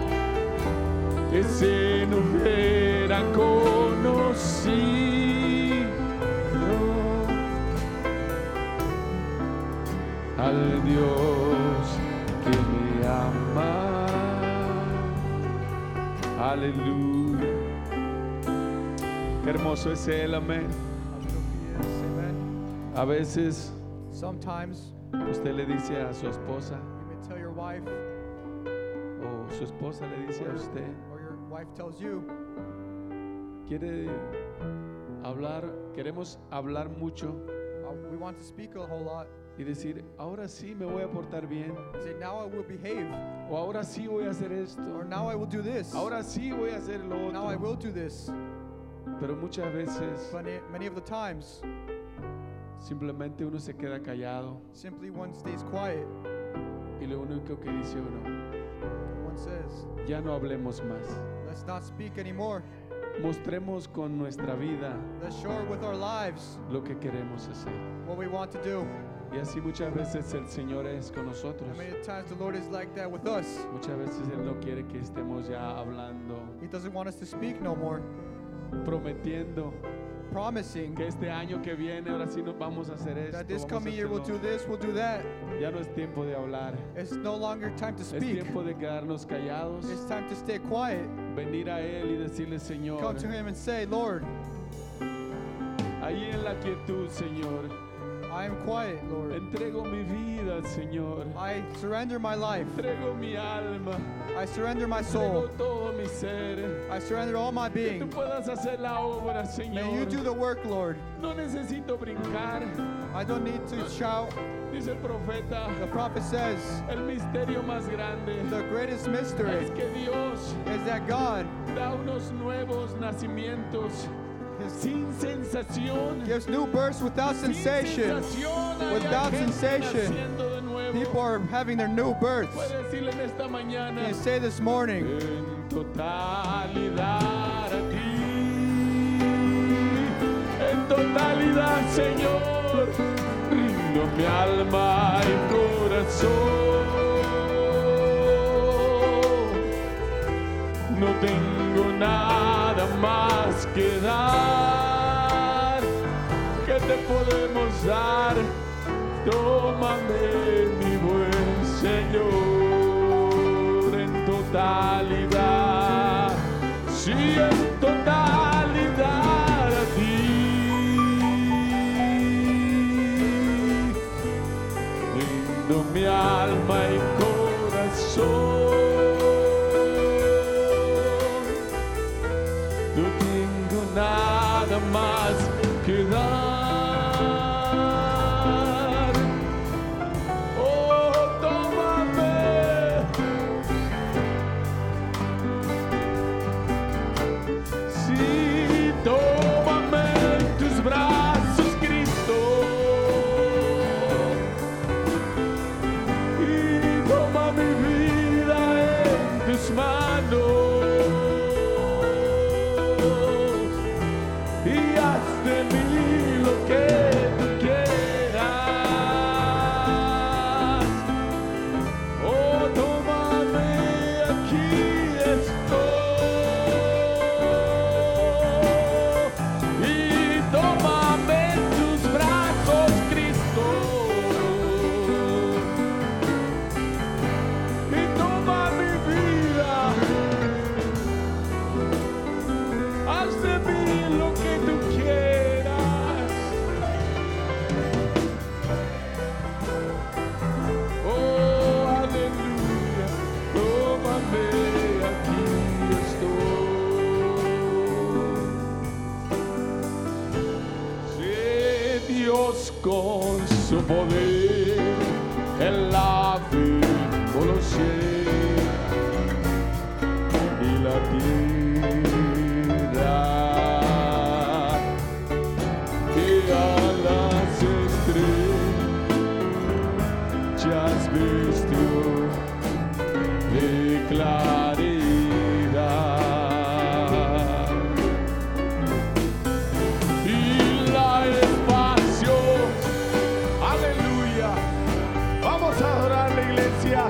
Speaker 2: que se no hubiera conocido al Dios que me ama. Aleluya. Qué hermoso es Él, amén.
Speaker 3: Amen.
Speaker 2: A veces
Speaker 3: Sometimes
Speaker 2: usted le dice a su esposa
Speaker 3: you may tell your wife,
Speaker 2: o su esposa le dice a usted,
Speaker 3: or your wife tells you,
Speaker 2: quiere hablar, queremos hablar mucho
Speaker 3: Uh, we want to speak a whole lot.
Speaker 2: y decir, ahora sí me voy a portar bien,
Speaker 3: Say, now I will behave,
Speaker 2: o ahora sí voy a hacer esto,
Speaker 3: or now I will do this,
Speaker 2: ahora sí voy a hacer lo
Speaker 3: now I
Speaker 2: otro.
Speaker 3: will do this.
Speaker 2: Pero muchas veces
Speaker 3: But i- many of the times,
Speaker 2: simplemente uno se queda callado
Speaker 3: simply one stays quiet.
Speaker 2: y lo único que dice uno,
Speaker 3: One says,
Speaker 2: ya no hablemos más.
Speaker 3: let's not speak anymore.
Speaker 2: Mostremos con nuestra vida
Speaker 3: Let's show with our lives
Speaker 2: lo que queremos hacer.
Speaker 3: what we want to do.
Speaker 2: Y así muchas veces el Señor es con nosotros.
Speaker 3: And many times the Lord is like that with us.
Speaker 2: Muchas veces Él no quiere que estemos ya hablando,
Speaker 3: He doesn't want us to speak no more,
Speaker 2: prometiendo
Speaker 3: promising
Speaker 2: que este año que viene ahora sí nos vamos a hacer esto.
Speaker 3: that this
Speaker 2: vamos a
Speaker 3: coming year we'll do
Speaker 2: hacerlo.
Speaker 3: this, we'll do that.
Speaker 2: Ya no es tiempo de hablar.
Speaker 3: It's no longer time to
Speaker 2: Es
Speaker 3: speak.
Speaker 2: tiempo de quedarnos callados,
Speaker 3: It's time to stay quiet.
Speaker 2: venir a Él y decirle, Señor,
Speaker 3: Come to Him and say, Lord,
Speaker 2: ahí en la quietud, Señor,
Speaker 3: I am quiet, Lord.
Speaker 2: entrego mi vida, Señor,
Speaker 3: I surrender my life.
Speaker 2: entrego mi alma,
Speaker 3: I surrender my
Speaker 2: entrego
Speaker 3: soul.
Speaker 2: todo mi ser.
Speaker 3: I surrender all my
Speaker 2: Que tú
Speaker 3: being.
Speaker 2: puedas hacer la obra,
Speaker 3: May you
Speaker 2: Señor.
Speaker 3: do the work, Lord.
Speaker 2: No necesito brincar,
Speaker 3: I don't need to shout.
Speaker 2: dice el profeta.
Speaker 3: The prophet says,
Speaker 2: El misterio más grande
Speaker 3: the greatest mystery
Speaker 2: es que Dios
Speaker 3: is that God
Speaker 2: da unos nuevos nacimientos
Speaker 3: is-
Speaker 2: sin sensación.
Speaker 3: gives new births without
Speaker 2: Sin
Speaker 3: sensation.
Speaker 2: sensación, hay
Speaker 3: Without
Speaker 2: gente
Speaker 3: sensation.
Speaker 2: naciendo de nuevo.
Speaker 3: People are having their new births.
Speaker 2: Puede decirle en esta mañana.
Speaker 3: Can you say this morning,
Speaker 2: En totalidad a ti, en totalidad Señor, rindo mi alma y corazón. No tengo nada más que dar, que te podemos dar. Tómame mi buen Señor en totalidad, sí en totalidad a ti. Rindo mi alma y corazón. No tengo nada más que dar. Oh, tómame. Sí, tómame en tus brazos, Cristo y toma mi vida en tus manos y haz de mí lo que tú quieras. Oh, tómame, aquí estoy y tómame en tus brazos, Cristo y toma mi vida. Haz de mí lo que tú quieras. Oh, aleluya, tómame, aquí estoy. Sé Dios con su poder en la vida conocer y la tierra que a las estrellas vistió de claridad y la espacio. Aleluya. Vamos a adorar la iglesia.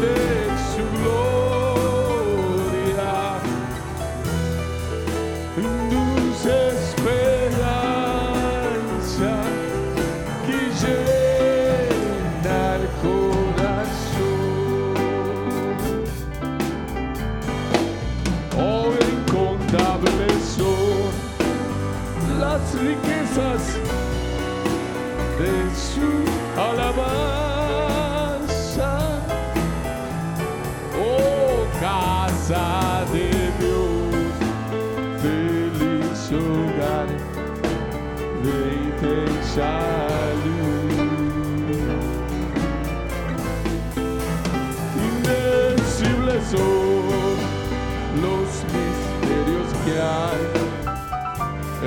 Speaker 2: er de su gloria, dulce esperanza que llena el corazón. Oh, incontables son las riquezas de su alabanza. Oh, casa de Dios, feliz hogar de intensa luz. Invencibles son los misterios que hay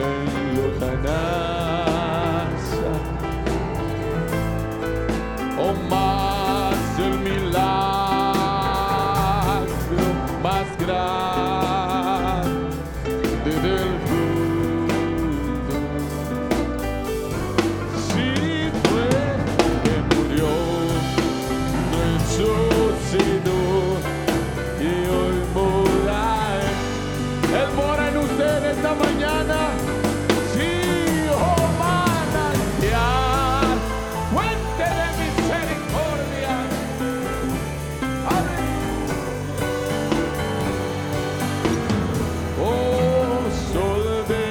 Speaker 2: en Lojanasa oh más el milagro más grande del mundo. Si fue que murió nuestro Señor y hoy mora en- Él mora en usted esta mañana. Sí, oh manantial, fuente de misericordia. Amén. Oh, sol de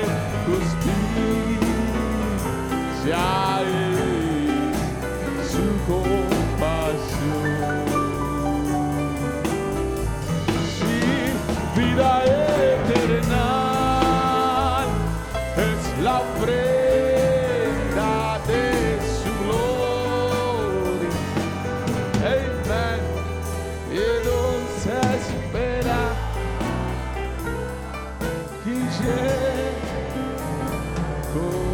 Speaker 2: justicia es su compasión. Sí, vida eterna es la ofrenda de su gloria. Amen. Y dulce espera que llegue.